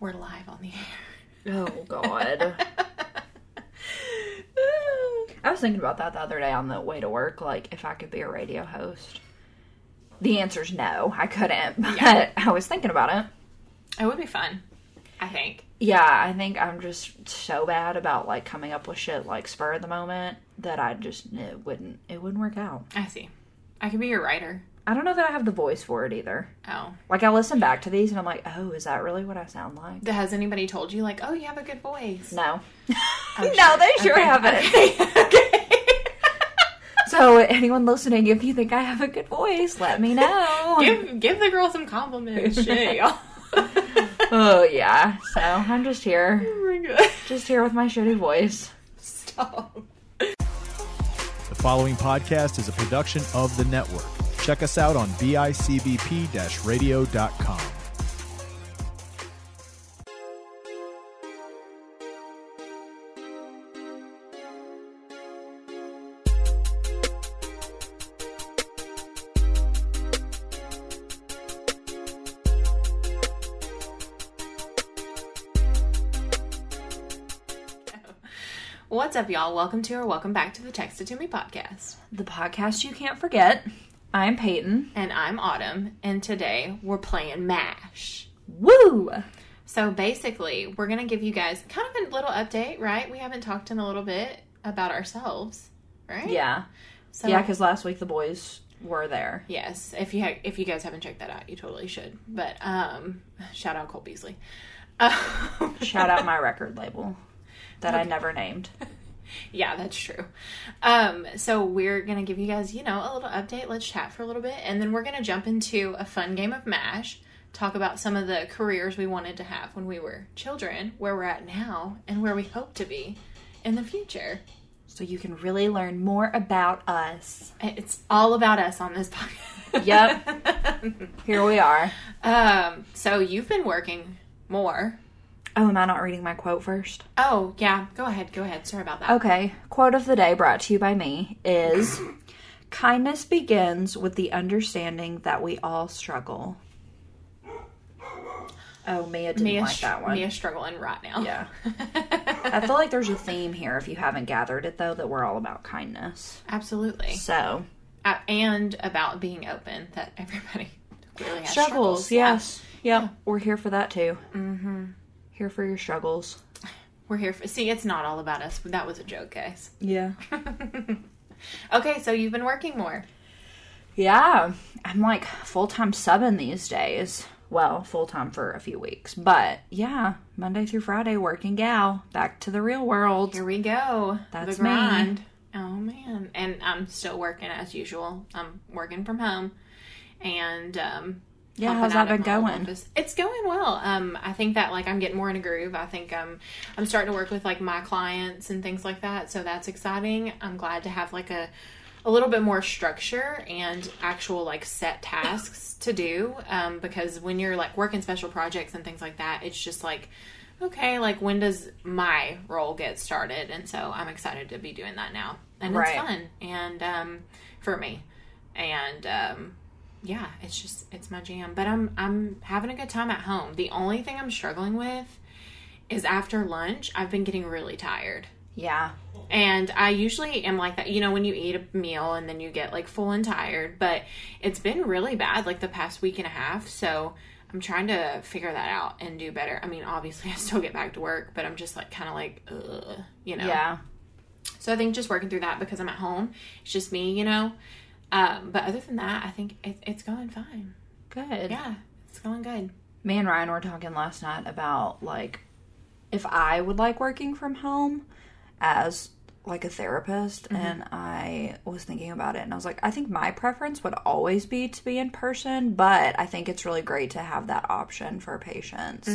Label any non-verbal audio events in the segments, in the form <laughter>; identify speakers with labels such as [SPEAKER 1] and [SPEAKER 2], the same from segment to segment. [SPEAKER 1] We're live on the
[SPEAKER 2] <laughs> Oh God.
[SPEAKER 1] air.
[SPEAKER 2] <laughs> I was thinking about that the other day on the way to work, like if I could be a radio host. The answer's no, I couldn't. <laughs> But
[SPEAKER 1] Yeah.
[SPEAKER 2] I was thinking about it.
[SPEAKER 1] it would be fun, I think.
[SPEAKER 2] Yeah, I think I'm just so bad about like coming up with shit like spur of the moment that I just it wouldn't it wouldn't work out.
[SPEAKER 1] I see. I could be your writer.
[SPEAKER 2] I don't know that I have the voice for it either.
[SPEAKER 1] Oh,
[SPEAKER 2] Like I listen back to these and I'm like, oh, is that really what I sound like?
[SPEAKER 1] has anybody told you like, oh, you have a good voice? <laughs>
[SPEAKER 2] No, <laughs>
[SPEAKER 1] I'm
[SPEAKER 2] no, they sure
[SPEAKER 1] Okay,
[SPEAKER 2] haven't.
[SPEAKER 1] <laughs> okay,
[SPEAKER 2] <laughs>
[SPEAKER 1] okay.
[SPEAKER 2] So anyone listening, if you think I have a good voice, let
[SPEAKER 1] <laughs>
[SPEAKER 2] me know.
[SPEAKER 1] give give the girl some compliments. Shit, <laughs> y'all.
[SPEAKER 2] oh yeah. So I'm just here,
[SPEAKER 1] Oh my God.
[SPEAKER 2] just here with my shitty voice.
[SPEAKER 1] Stop.
[SPEAKER 3] The following podcast is a production of the network. Check us out on bicbp radio.com.
[SPEAKER 1] What's up, y'all? Welcome to or welcome back to the Text It To Me podcast.
[SPEAKER 2] The podcast you can't forget. I'm Peyton.
[SPEAKER 1] And I'm Autumn, and today we're playing MASH.
[SPEAKER 2] Woo!
[SPEAKER 1] So basically, we're going to give you guys kind of a little update, right? We haven't talked in a little bit about ourselves, right?
[SPEAKER 2] Yeah,
[SPEAKER 1] So,
[SPEAKER 2] yeah. Because last week the boys were there.
[SPEAKER 1] yes, if you ha- if you guys haven't checked that out, you totally should. But um shout out Cole Beasley. <laughs> Um,
[SPEAKER 2] Shout out my record label that I never named.
[SPEAKER 1] Yeah, that's true. Um, so we're gonna give you guys, you know, a little update. Let's chat for a little bit, and then we're gonna jump into a fun game of Mash. Talk about some of the careers we wanted to have when we were children, where we're at now, and where we hope to be in the future.
[SPEAKER 2] So you can really learn more about us.
[SPEAKER 1] It's all about us on this podcast.
[SPEAKER 2] Yep. here we are.
[SPEAKER 1] <laughs> Um, so you've been working more.
[SPEAKER 2] Oh, am I not reading my quote first?
[SPEAKER 1] Oh yeah, go ahead, go ahead. Sorry about that.
[SPEAKER 2] Okay, quote of the day brought to you by me is Kindness begins with the understanding that we all struggle. Oh, Mia didn't
[SPEAKER 1] Mia,
[SPEAKER 2] like that one.
[SPEAKER 1] Mia struggling right now.
[SPEAKER 2] <laughs> Yeah. I feel like there's a theme here, if you haven't gathered it though, that we're all about kindness.
[SPEAKER 1] absolutely.
[SPEAKER 2] So,
[SPEAKER 1] uh, and about being open that everybody <laughs> really has
[SPEAKER 2] struggles,
[SPEAKER 1] struggles.
[SPEAKER 2] yes. Yeah. we're here for that too. Mm-hmm. Here for your struggles.
[SPEAKER 1] We're here for see. It's not all about us. That was a joke, guys.
[SPEAKER 2] Yeah.
[SPEAKER 1] Okay, so you've been working more.
[SPEAKER 2] Yeah, I'm like full time subbing these days. Well, full time for a few weeks, but yeah, Monday through Friday, working gal, back to the real world.
[SPEAKER 1] Here we go.
[SPEAKER 2] That's
[SPEAKER 1] the
[SPEAKER 2] me.
[SPEAKER 1] grind. Oh man, and I'm still working as usual. I'm working from home, and um,
[SPEAKER 2] Yeah,
[SPEAKER 1] helping
[SPEAKER 2] how's
[SPEAKER 1] out
[SPEAKER 2] that
[SPEAKER 1] at
[SPEAKER 2] been
[SPEAKER 1] my old
[SPEAKER 2] going?
[SPEAKER 1] office. It's going well. Um, I think that like I'm getting more in a groove. I think um, I'm starting to work with like my clients and things like that. So that's exciting. I'm glad to have like a a little bit more structure and actual like set tasks to do. Um, because when you're like working special projects and things like that, it's just like okay, like when does my role get started? And so I'm excited to be doing that now, and
[SPEAKER 2] Right.
[SPEAKER 1] it's fun and um, for me, and um, yeah, it's just it's my jam. But I'm I'm having a good time at home. The only thing I'm struggling with is after lunch, I've been getting really tired.
[SPEAKER 2] Yeah,
[SPEAKER 1] And I usually am like that, you know, when you eat a meal and then you get like full and tired, but it's been really bad like the past week and a half. So I'm trying to figure that out and do better. I mean, obviously, <laughs> I still get back to work, but I'm just like kind of like, ugh, you know.
[SPEAKER 2] yeah,
[SPEAKER 1] So I think just working through that because I'm at home, it's just me, you know. Um, but other than that, I think it, it's going fine.
[SPEAKER 2] good.
[SPEAKER 1] Yeah, it's going good.
[SPEAKER 2] Me and Ryan were talking last night about like if I would like working from home as like a therapist, and I was thinking about it, and I was like, I think my preference would always be to be in person, but I think it's really great to have that option for patients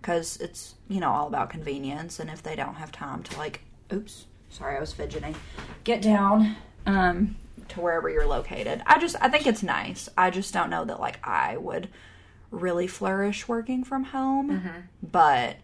[SPEAKER 2] because it's you know all about convenience, and if they don't have time to like, oops, sorry, I was fidgeting, get down, um, to wherever you're located. I just I think it's nice. I just don't know that like I would really flourish working from home, but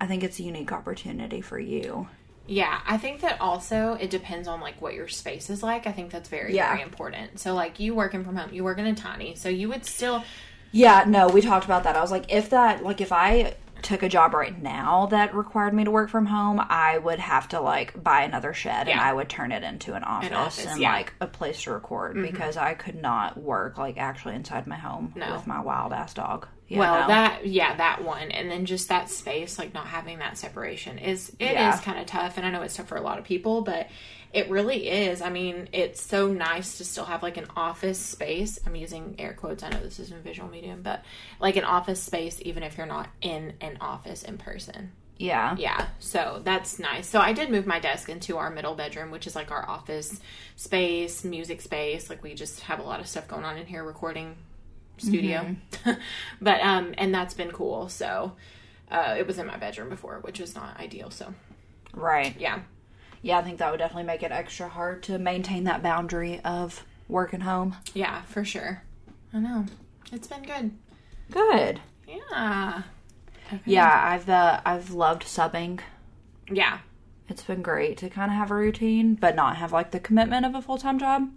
[SPEAKER 2] I think it's a unique opportunity for you.
[SPEAKER 1] Yeah, I think that also it depends on like what your space is like. I think that's very
[SPEAKER 2] Yeah.
[SPEAKER 1] very important. So like you working from home, you work in a tiny, so you would still
[SPEAKER 2] Yeah, no, we talked about that. I was like, if that, like, if I took a job right now that required me to work from home, I would have to like buy another shed and
[SPEAKER 1] Yeah.
[SPEAKER 2] I would turn it into an office, Mm-hmm.
[SPEAKER 1] office,
[SPEAKER 2] and
[SPEAKER 1] yeah.
[SPEAKER 2] like a place to record because I could not work like actually inside my home
[SPEAKER 1] No.
[SPEAKER 2] with my wild ass dog. Yeah,
[SPEAKER 1] well,
[SPEAKER 2] no.
[SPEAKER 1] that yeah, that one, and then just that space, like not having that separation is it is
[SPEAKER 2] Yeah.
[SPEAKER 1] kind of tough, and I know it's tough for a lot of people, but it really is. I mean, it's so nice to still have like an office space. I'm using air quotes. I know this isn't a visual medium, but like an office space, even if you're not in an office in person.
[SPEAKER 2] yeah,
[SPEAKER 1] Yeah, so that's nice. So I did move my desk into our middle bedroom, which is like our office space, music space. Like we just have a lot of stuff going on in here, recording studio. Mm-hmm. <laughs> but um, and that's been cool. So uh, it was in my bedroom before, which was not ideal. So
[SPEAKER 2] right.
[SPEAKER 1] yeah,
[SPEAKER 2] Yeah, I think that would definitely make it extra hard to maintain that boundary of work and home.
[SPEAKER 1] yeah, for sure. I know it's been good.
[SPEAKER 2] Good.
[SPEAKER 1] Yeah,
[SPEAKER 2] Yeah, I've uh, I've loved subbing.
[SPEAKER 1] yeah,
[SPEAKER 2] It's been great to kind of have a routine, but not have like the commitment of a full time job.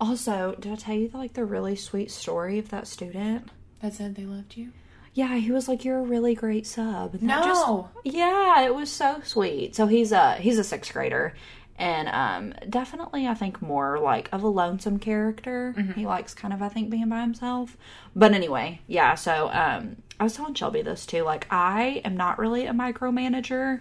[SPEAKER 2] Also, did I tell you like the really sweet story of that student?
[SPEAKER 1] that said, they loved you.
[SPEAKER 2] Yeah, he was like, "You're a really great sub." And that
[SPEAKER 1] No,
[SPEAKER 2] just- yeah, it was so sweet. So he's a he's a sixth grader, and um, definitely I think more like of a lonesome character. He likes kind of I think being by himself. But anyway, yeah. So um, I was telling Shelby this too. Like I am not really a micromanager.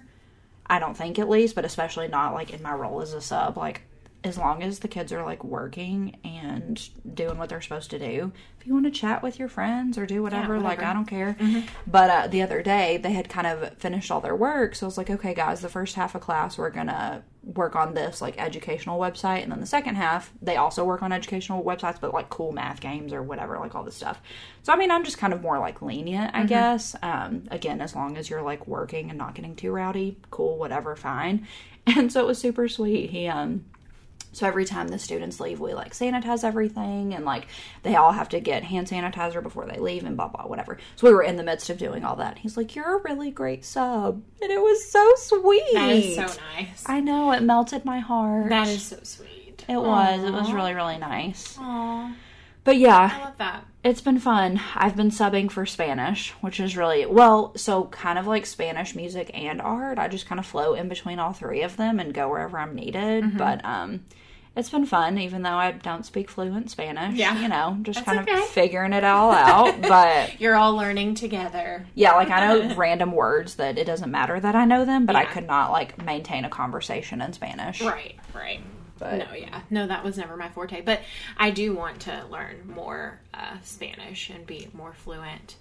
[SPEAKER 2] I don't think at least, but especially not like in my role as a sub. Like as long as the kids are like working and doing what they're supposed to do, if you want to chat with your friends or do whatever, like I don't care. But uh, the other day they had kind of finished all their work, so I was like, okay, guys, the first half of class we're gonna uh, work on this like educational website, and then the second half they also work on educational websites, but like cool math games or whatever, like all this stuff. So I mean, I'm just kind of more like lenient, I
[SPEAKER 1] Mm-hmm.
[SPEAKER 2] guess. Um, again, as long as you're like working and not getting too rowdy, cool, whatever, fine. <laughs> And so it was super sweet. He um so every time the students leave, we like sanitize everything and like they all have to get hand sanitizer before they leave and blah blah whatever. So we were in the midst of doing all that. He's like, "You're a really great sub," and it was so sweet.
[SPEAKER 1] that is so nice.
[SPEAKER 2] I know it melted my heart.
[SPEAKER 1] that is so sweet.
[SPEAKER 2] It was. It was really really nice.
[SPEAKER 1] Aw,
[SPEAKER 2] But
[SPEAKER 1] I
[SPEAKER 2] yeah,
[SPEAKER 1] love that.
[SPEAKER 2] it's been fun. I've been subbing for Spanish, which is really well. So kind of like Spanish music and art. I just kind of flow in between all three of them and go wherever I'm needed.
[SPEAKER 1] Mm-hmm.
[SPEAKER 2] But um. It's been fun, even though I don't speak fluent Spanish.
[SPEAKER 1] Yeah.
[SPEAKER 2] You know,
[SPEAKER 1] That's
[SPEAKER 2] just kind
[SPEAKER 1] okay.
[SPEAKER 2] of figuring it all
[SPEAKER 1] <laughs>
[SPEAKER 2] out. but
[SPEAKER 1] You're all learning together.
[SPEAKER 2] yeah, like I know random words that it doesn't matter that I know them, but I
[SPEAKER 1] Yeah.
[SPEAKER 2] could not like maintain a conversation in Spanish.
[SPEAKER 1] Right, right.
[SPEAKER 2] But-
[SPEAKER 1] no, yeah, no, that was never my forte. But I do want to learn more uh, Spanish and be more fluent.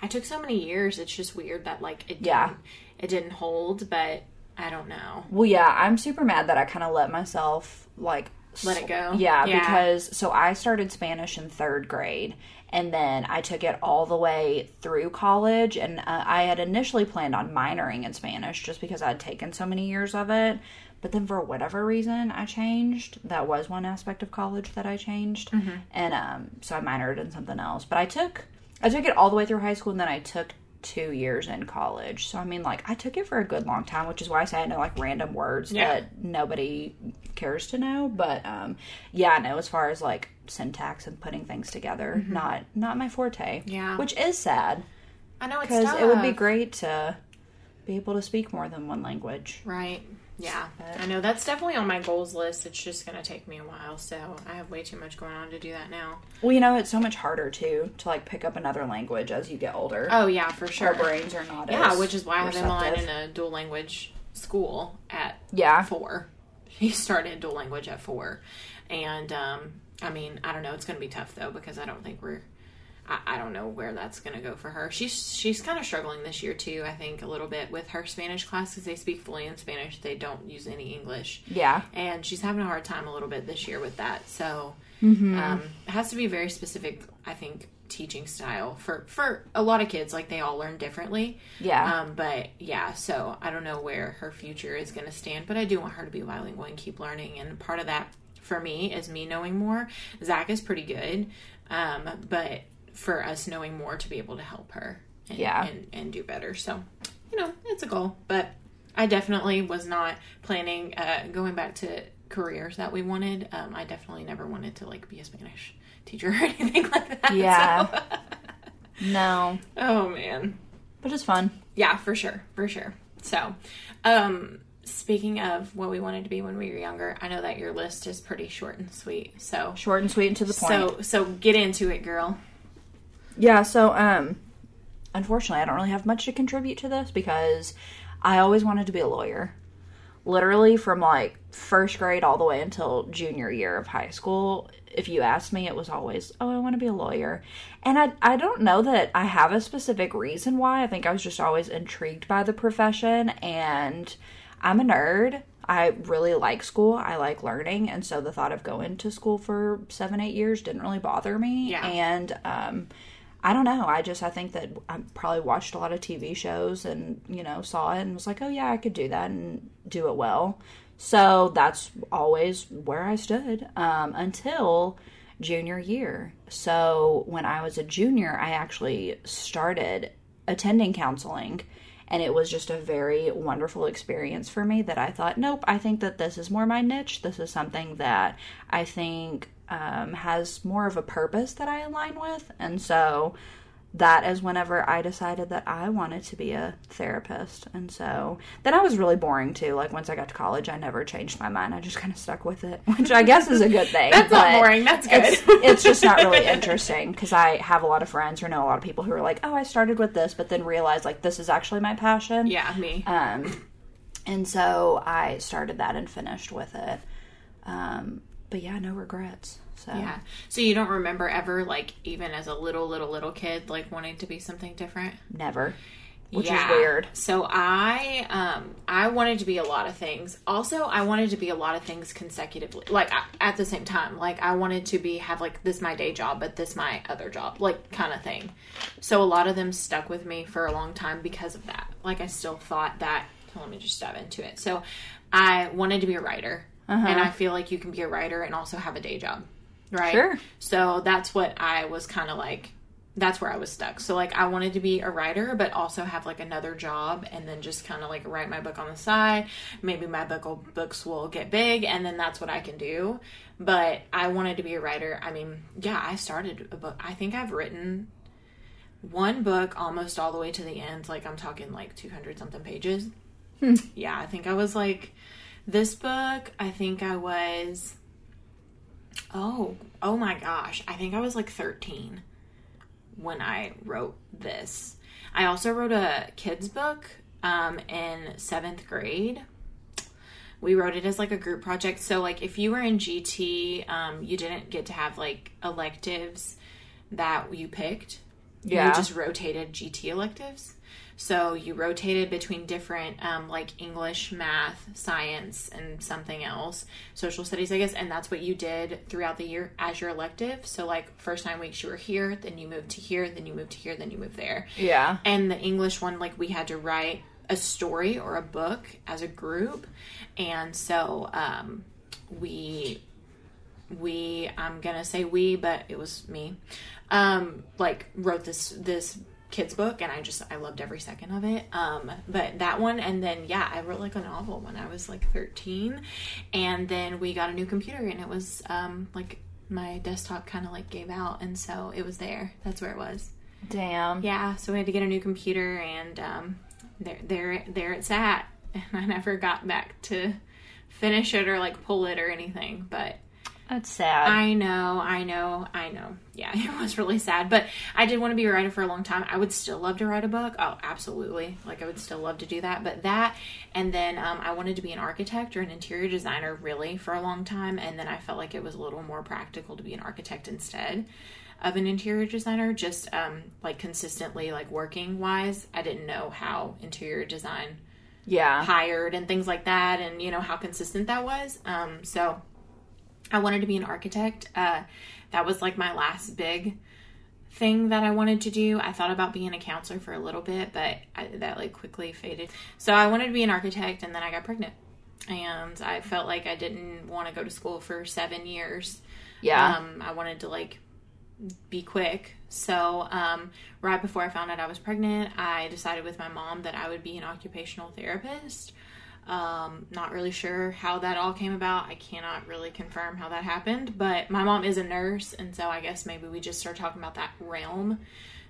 [SPEAKER 1] I took so many years. It's just weird that like it didn't,
[SPEAKER 2] Yeah.
[SPEAKER 1] it didn't hold. But I don't know.
[SPEAKER 2] Well, yeah, I'm super mad that I kind of let myself like
[SPEAKER 1] Let it go?
[SPEAKER 2] Yeah,
[SPEAKER 1] Yeah.
[SPEAKER 2] because so I started Spanish in third grade, and then I took it all the way through college. And uh, I had initially planned on minoring in Spanish just because I had taken so many years of it. But then for whatever reason, I changed. That was one aspect of college that I changed,
[SPEAKER 1] Mm-hmm.
[SPEAKER 2] and um, so I minored in something else. But I took I took it all the way through high school, and then I took two years in college. So I mean, like I took it for a good long time, which is why I say I know like random words
[SPEAKER 1] Yeah.
[SPEAKER 2] that nobody cares to know. But um, yeah, I know as far as like syntax and putting things together, not not my forte.
[SPEAKER 1] Mm-hmm. Yeah.
[SPEAKER 2] which is sad
[SPEAKER 1] I know it's
[SPEAKER 2] because it would be
[SPEAKER 1] tough.
[SPEAKER 2] great to be able to speak more than one language.
[SPEAKER 1] Right. Yeah. I know that's definitely on my goals list. It's just gonna take me a while. So I have way too much going on to do that now.
[SPEAKER 2] Well, you know, it's so much harder too to like pick up another language as you get older.
[SPEAKER 1] Oh yeah, for
[SPEAKER 2] Our
[SPEAKER 1] sure.
[SPEAKER 2] brains are not.
[SPEAKER 1] Yeah,
[SPEAKER 2] as
[SPEAKER 1] which is why I have Emmeline
[SPEAKER 2] receptive.
[SPEAKER 1] in a dual language school at
[SPEAKER 2] Yeah.
[SPEAKER 1] four. He started dual language at four, and um, I mean, I don't know. It's going to be tough though because I don't think we're. I, I don't know where that's going to go for her. She's she's kind of struggling this year too. I think a little bit with her Spanish class because they speak fully in Spanish. They don't use any English.
[SPEAKER 2] Yeah.
[SPEAKER 1] and she's having a hard time a little bit this year with that. So
[SPEAKER 2] Mm-hmm.
[SPEAKER 1] um, it has to be very specific. I think teaching style for for a lot of kids like they all learn differently.
[SPEAKER 2] Yeah.
[SPEAKER 1] Um, but yeah, so I don't know where her future is going to stand, but I do want her to be bilingual and keep learning. And part of that for me is me knowing more. Zach is pretty good, um, but for us knowing more to be able to help her and,
[SPEAKER 2] Yeah.
[SPEAKER 1] and, and do better. So, you know, it's a goal, but I definitely was not planning uh, going back to careers that we wanted. Um, I definitely never wanted to like be a Spanish <laughs> teacher or anything like that.
[SPEAKER 2] Yeah.
[SPEAKER 1] So-
[SPEAKER 2] No.
[SPEAKER 1] <laughs> oh man.
[SPEAKER 2] But it's fun.
[SPEAKER 1] Yeah, for sure, for sure. So, um, speaking of what we wanted to be when we were younger, I know that your list is pretty short and sweet. So,
[SPEAKER 2] Short and sweet and to the
[SPEAKER 1] so,
[SPEAKER 2] point.
[SPEAKER 1] so get into it, girl.
[SPEAKER 2] Yeah, so um unfortunately I don't really have much to contribute to this because I always wanted to be a lawyer. Literally from like first grade all the way until junior year of high school, if you asked me, it was always, Oh, I want to be a lawyer. And I I don't know that I have a specific reason why. I think I was just always intrigued by the profession and I'm a nerd. I really like school. I like learning, and so the thought of going to school for seven, eight years didn't really bother me.
[SPEAKER 1] Yeah.
[SPEAKER 2] And um, I don't know. I just I think that I probably watched a lot of TV shows and you know saw it and was like, oh yeah, I could do that and do it well. So that's always where I stood um, until junior year. So when I was a junior, I actually started attending counseling and it was just a very wonderful experience for me that I thought, nope, I think that this is more my niche. This is something that I think um, has more of a purpose that I align with. And so that is whenever I decided that I wanted to be a therapist. And so then I was really boring too. Like once I got to college, I never changed my mind. I just kind of stuck with it, <laughs> which I guess is a good thing.
[SPEAKER 1] That's not
[SPEAKER 2] but-
[SPEAKER 1] boring. That's good.
[SPEAKER 2] it's, it's just not really interesting because I have a lot of friends or know a lot of people who are like, oh, I started with this, but then realized like this is actually my passion.
[SPEAKER 1] yeah, me.
[SPEAKER 2] Um, and so I started that and finished with it. Um, but yeah, no regrets. So
[SPEAKER 1] yeah. So you don't remember ever, like, even as a little, little, little kid, like wanting to be something different?
[SPEAKER 2] never, which
[SPEAKER 1] Yeah.
[SPEAKER 2] is weird.
[SPEAKER 1] So I um I wanted to be a lot of things. Also, I wanted to be a lot of things consecutively, like I, at the same time. Like I wanted to be have like this my day job, but this my other job, like kind of thing. So a lot of them stuck with me for a long time because of that. Like I still thought that. Let me just dive into it. So I wanted to be a writer,
[SPEAKER 2] Uh-huh.
[SPEAKER 1] and I feel like you can be a writer and also have a day job, right?
[SPEAKER 2] Sure.
[SPEAKER 1] So that's what I was kind of like. That's where I was stuck. So like I wanted to be a writer, but also have like another job, and then just kind of like write my book on the side. Maybe my book will, books will get big, and then that's what I can do. But I wanted to be a writer. I mean, yeah, I started a book. I think I've written one book almost all the way to the end. Like I'm talking like 200 something pages. Yeah, I think I was like this book. I think I was Oh, oh my gosh. I think I was like 13 when I wrote this. I also wrote a kids book um, in seventh grade. We wrote it as like a group project. So, like, if you were in GT, um, you didn't get to have like electives that you picked.
[SPEAKER 2] Yeah.
[SPEAKER 1] You just rotated GT electives. So you rotated between different, um, like English, math, science, and something else, social studies, I guess. And that's what you did throughout the year as your elective. So, like, first nine weeks you were here, then you moved to here, then you moved to here, then you moved there.
[SPEAKER 2] Yeah.
[SPEAKER 1] And the English one, like, we had to write a story or a book as a group. And so um, we we i'm gonna say we but it was me um like wrote this this kids book and i just i loved every second of it um but that one and then yeah i wrote like a novel when i was like 13 and then we got a new computer and it was um like my desktop kind of like gave out and so it was there that's where it was
[SPEAKER 2] Damn.
[SPEAKER 1] yeah so we had to get a new computer and um there there there it's at <laughs> and i never got back to finish it or like pull it or anything but
[SPEAKER 2] That's sad.
[SPEAKER 1] I know, I know, I know. Yeah, <laughs> it was really sad, but I did want to be a writer for a long time. I would still love to write a book. Oh, absolutely. Like I would still love to do that. But that, and then um, I wanted to be an architect or an interior designer really for a long time, and then I felt like it was a little more practical to be an architect instead of an interior designer. Just um, like consistently, like working wise, I didn't know how interior design
[SPEAKER 2] yeah.
[SPEAKER 1] hired and things like that and you know how consistent that was um so i wanted to be an architect uh that was like my last big thing that i wanted to do i thought about being a counselor for a little bit but I, that like quickly faded so i wanted to be an architect and then i got pregnant and i felt like i didn't want to go to school for seven years
[SPEAKER 2] yeah.
[SPEAKER 1] um, I wanted to like be quick. So, um, right before I found out I was pregnant, I decided with my mom that I would be an occupational therapist. Um, not really sure how that all came about. I cannot really confirm how that happened, but my mom is a nurse, and so I guess maybe we just started talking about that realm,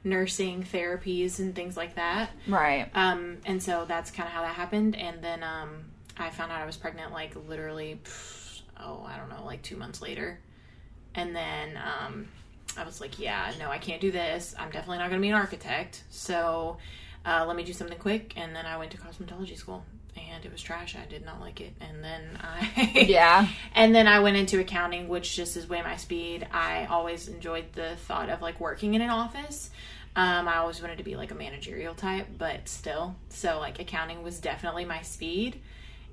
[SPEAKER 1] nursing therapies and things like that.
[SPEAKER 2] Right.
[SPEAKER 1] Um, and so that's kind of how that happened. And then um, I found out I was pregnant like literally, pff, oh, I don't know, like two months later. And then um, I was like, yeah, no, I can't do this. I'm definitely not going to be an architect. So uh, let me do something quick. And then I went to cosmetology school. And it was trash. I did not like it. And then I
[SPEAKER 2] Yeah.
[SPEAKER 1] and then I went into accounting, which just is way my speed. I always enjoyed the thought of like working in an office. Um, I always wanted to be like a managerial type, but still. So, like, accounting was definitely my speed.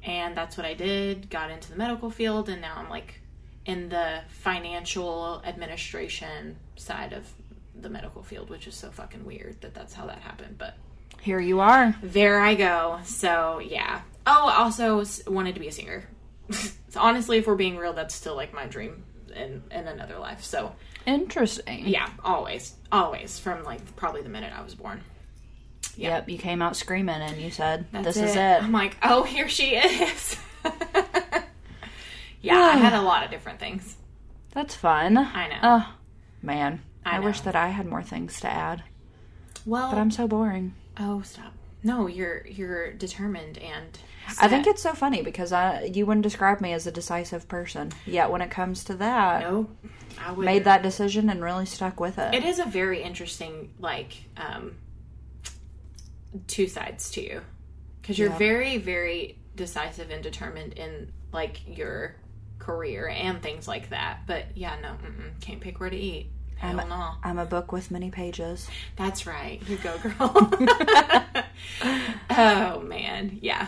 [SPEAKER 1] And that's what I did. Got into the medical field, and now I'm like in the financial administration side of the medical field, which is so fucking weird that that's how that happened. But
[SPEAKER 2] Here you are.
[SPEAKER 1] there I go. So yeah. Oh, I also s- wanted to be a singer. <laughs> so honestly, if we're being real, that's still like my dream in in another life. So
[SPEAKER 2] Interesting.
[SPEAKER 1] yeah, always, always from like probably the minute I was born.
[SPEAKER 2] Yep. You came out screaming and you said,
[SPEAKER 1] That's
[SPEAKER 2] "This is
[SPEAKER 1] I'm
[SPEAKER 2] it."
[SPEAKER 1] like, oh, here she is. <laughs> yeah,
[SPEAKER 2] <sighs>
[SPEAKER 1] I had a lot of different things.
[SPEAKER 2] That's fun.
[SPEAKER 1] I know.
[SPEAKER 2] Oh man,
[SPEAKER 1] I
[SPEAKER 2] I, wish
[SPEAKER 1] know.
[SPEAKER 2] that I had more things to add,
[SPEAKER 1] well,
[SPEAKER 2] but I'm so boring.
[SPEAKER 1] oh, stop. No, you're you're determined and
[SPEAKER 2] I think it's so funny because I you wouldn't describe me as a decisive person. Yet when it comes to that,
[SPEAKER 1] no. I would
[SPEAKER 2] made that decision and really stuck with it.
[SPEAKER 1] it is a very interesting like um two sides to you because you're
[SPEAKER 2] Yeah.
[SPEAKER 1] very very decisive and determined in like your career and things like that but yeah no mm-mm, can't pick where to eat Hell
[SPEAKER 2] I'm-
[SPEAKER 1] no.
[SPEAKER 2] I'm a book with many pages.
[SPEAKER 1] That's right. You
[SPEAKER 2] <laughs>
[SPEAKER 1] go, girl. <laughs> oh, man. Yeah.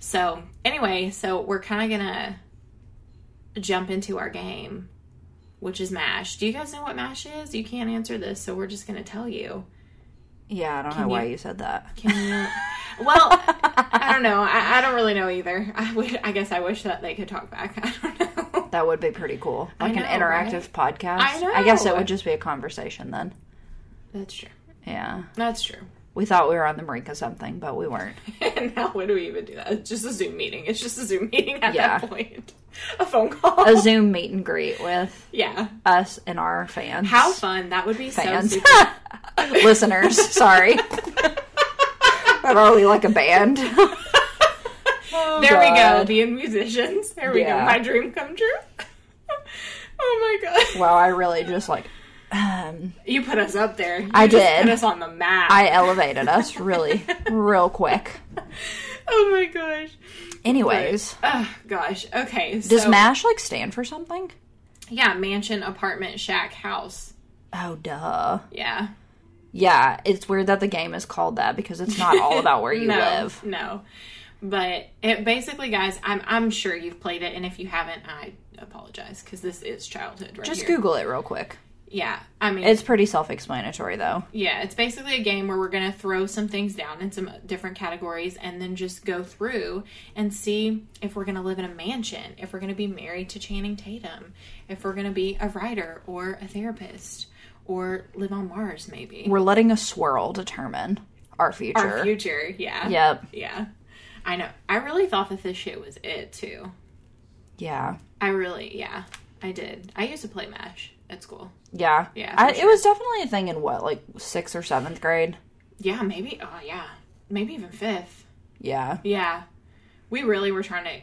[SPEAKER 1] So, anyway, so we're kind of going to jump into our game, which is MASH. Do you guys know what MASH is? You can't answer this, so we're just going to tell you.
[SPEAKER 2] Yeah, I don't know why you said that.
[SPEAKER 1] Can you?
[SPEAKER 2] <laughs>
[SPEAKER 1] well, I don't know. I, I don't really know either. I would. I guess I wish that they could talk back. <laughs> I don't know.
[SPEAKER 2] That would be pretty cool. Like
[SPEAKER 1] know,
[SPEAKER 2] an interactive podcast.
[SPEAKER 1] I know.
[SPEAKER 2] I guess it would just be a conversation then.
[SPEAKER 1] That's true.
[SPEAKER 2] Yeah.
[SPEAKER 1] That's true. <laughs>
[SPEAKER 2] We thought we were on the brink of something, but we weren't.
[SPEAKER 1] And now, when do we even do that? It's just a Zoom meeting. It's just a Zoom meeting at
[SPEAKER 2] Yeah.
[SPEAKER 1] that point. <laughs> A phone call.
[SPEAKER 2] A Zoom meet and greet with
[SPEAKER 1] <laughs> yeah.
[SPEAKER 2] us and our fans.
[SPEAKER 1] How fun. That would be
[SPEAKER 2] fans. <laughs>
[SPEAKER 1] so super.
[SPEAKER 2] Listeners, sorry. That are we like a band?
[SPEAKER 1] there we go.
[SPEAKER 2] Oh, God.
[SPEAKER 1] Being musicians. There we
[SPEAKER 2] Yeah.
[SPEAKER 1] go. My dream come true. <laughs> oh my god.
[SPEAKER 2] wow, I really just like um
[SPEAKER 1] You put us up there. You
[SPEAKER 2] I
[SPEAKER 1] just
[SPEAKER 2] did.
[SPEAKER 1] Put us on the map.
[SPEAKER 2] I elevated us really real quick.
[SPEAKER 1] oh my gosh.
[SPEAKER 2] Anyways,
[SPEAKER 1] Oh gosh. Okay. So,
[SPEAKER 2] does MASH like stand for something?
[SPEAKER 1] Yeah. Mansion, apartment, shack, house.
[SPEAKER 2] Oh duh.
[SPEAKER 1] Yeah.
[SPEAKER 2] Yeah, it's weird that the game is called that because it's not all about where <laughs> you
[SPEAKER 1] no,
[SPEAKER 2] live.
[SPEAKER 1] No. But it basically, guys, I'm I'm sure you've played it, and if you haven't, I apologize because this is childhood. Right
[SPEAKER 2] Just
[SPEAKER 1] here.
[SPEAKER 2] Google it real quick.
[SPEAKER 1] Yeah. I mean,
[SPEAKER 2] It's pretty self explanatory though.
[SPEAKER 1] Yeah, it's basically a game where we're going to throw some things down in some different categories and then just go through and see if we're going to live in a mansion, if we're going to be married to Channing Tatum, if we're going to be a writer or a therapist or live on Mars, maybe.
[SPEAKER 2] We're letting a swirl determine our future.
[SPEAKER 1] Our future, yeah.
[SPEAKER 2] Yep.
[SPEAKER 1] Yeah. I know. I really thought that this shit was it, too.
[SPEAKER 2] Yeah.
[SPEAKER 1] I really, yeah. I did. I used to play MASH at school.
[SPEAKER 2] Yeah.
[SPEAKER 1] Yeah,
[SPEAKER 2] I,
[SPEAKER 1] for
[SPEAKER 2] It was definitely a thing in what, like sixth or seventh grade?
[SPEAKER 1] Yeah, maybe. Oh, yeah. Maybe even fifth.
[SPEAKER 2] Yeah.
[SPEAKER 1] Yeah. We really were trying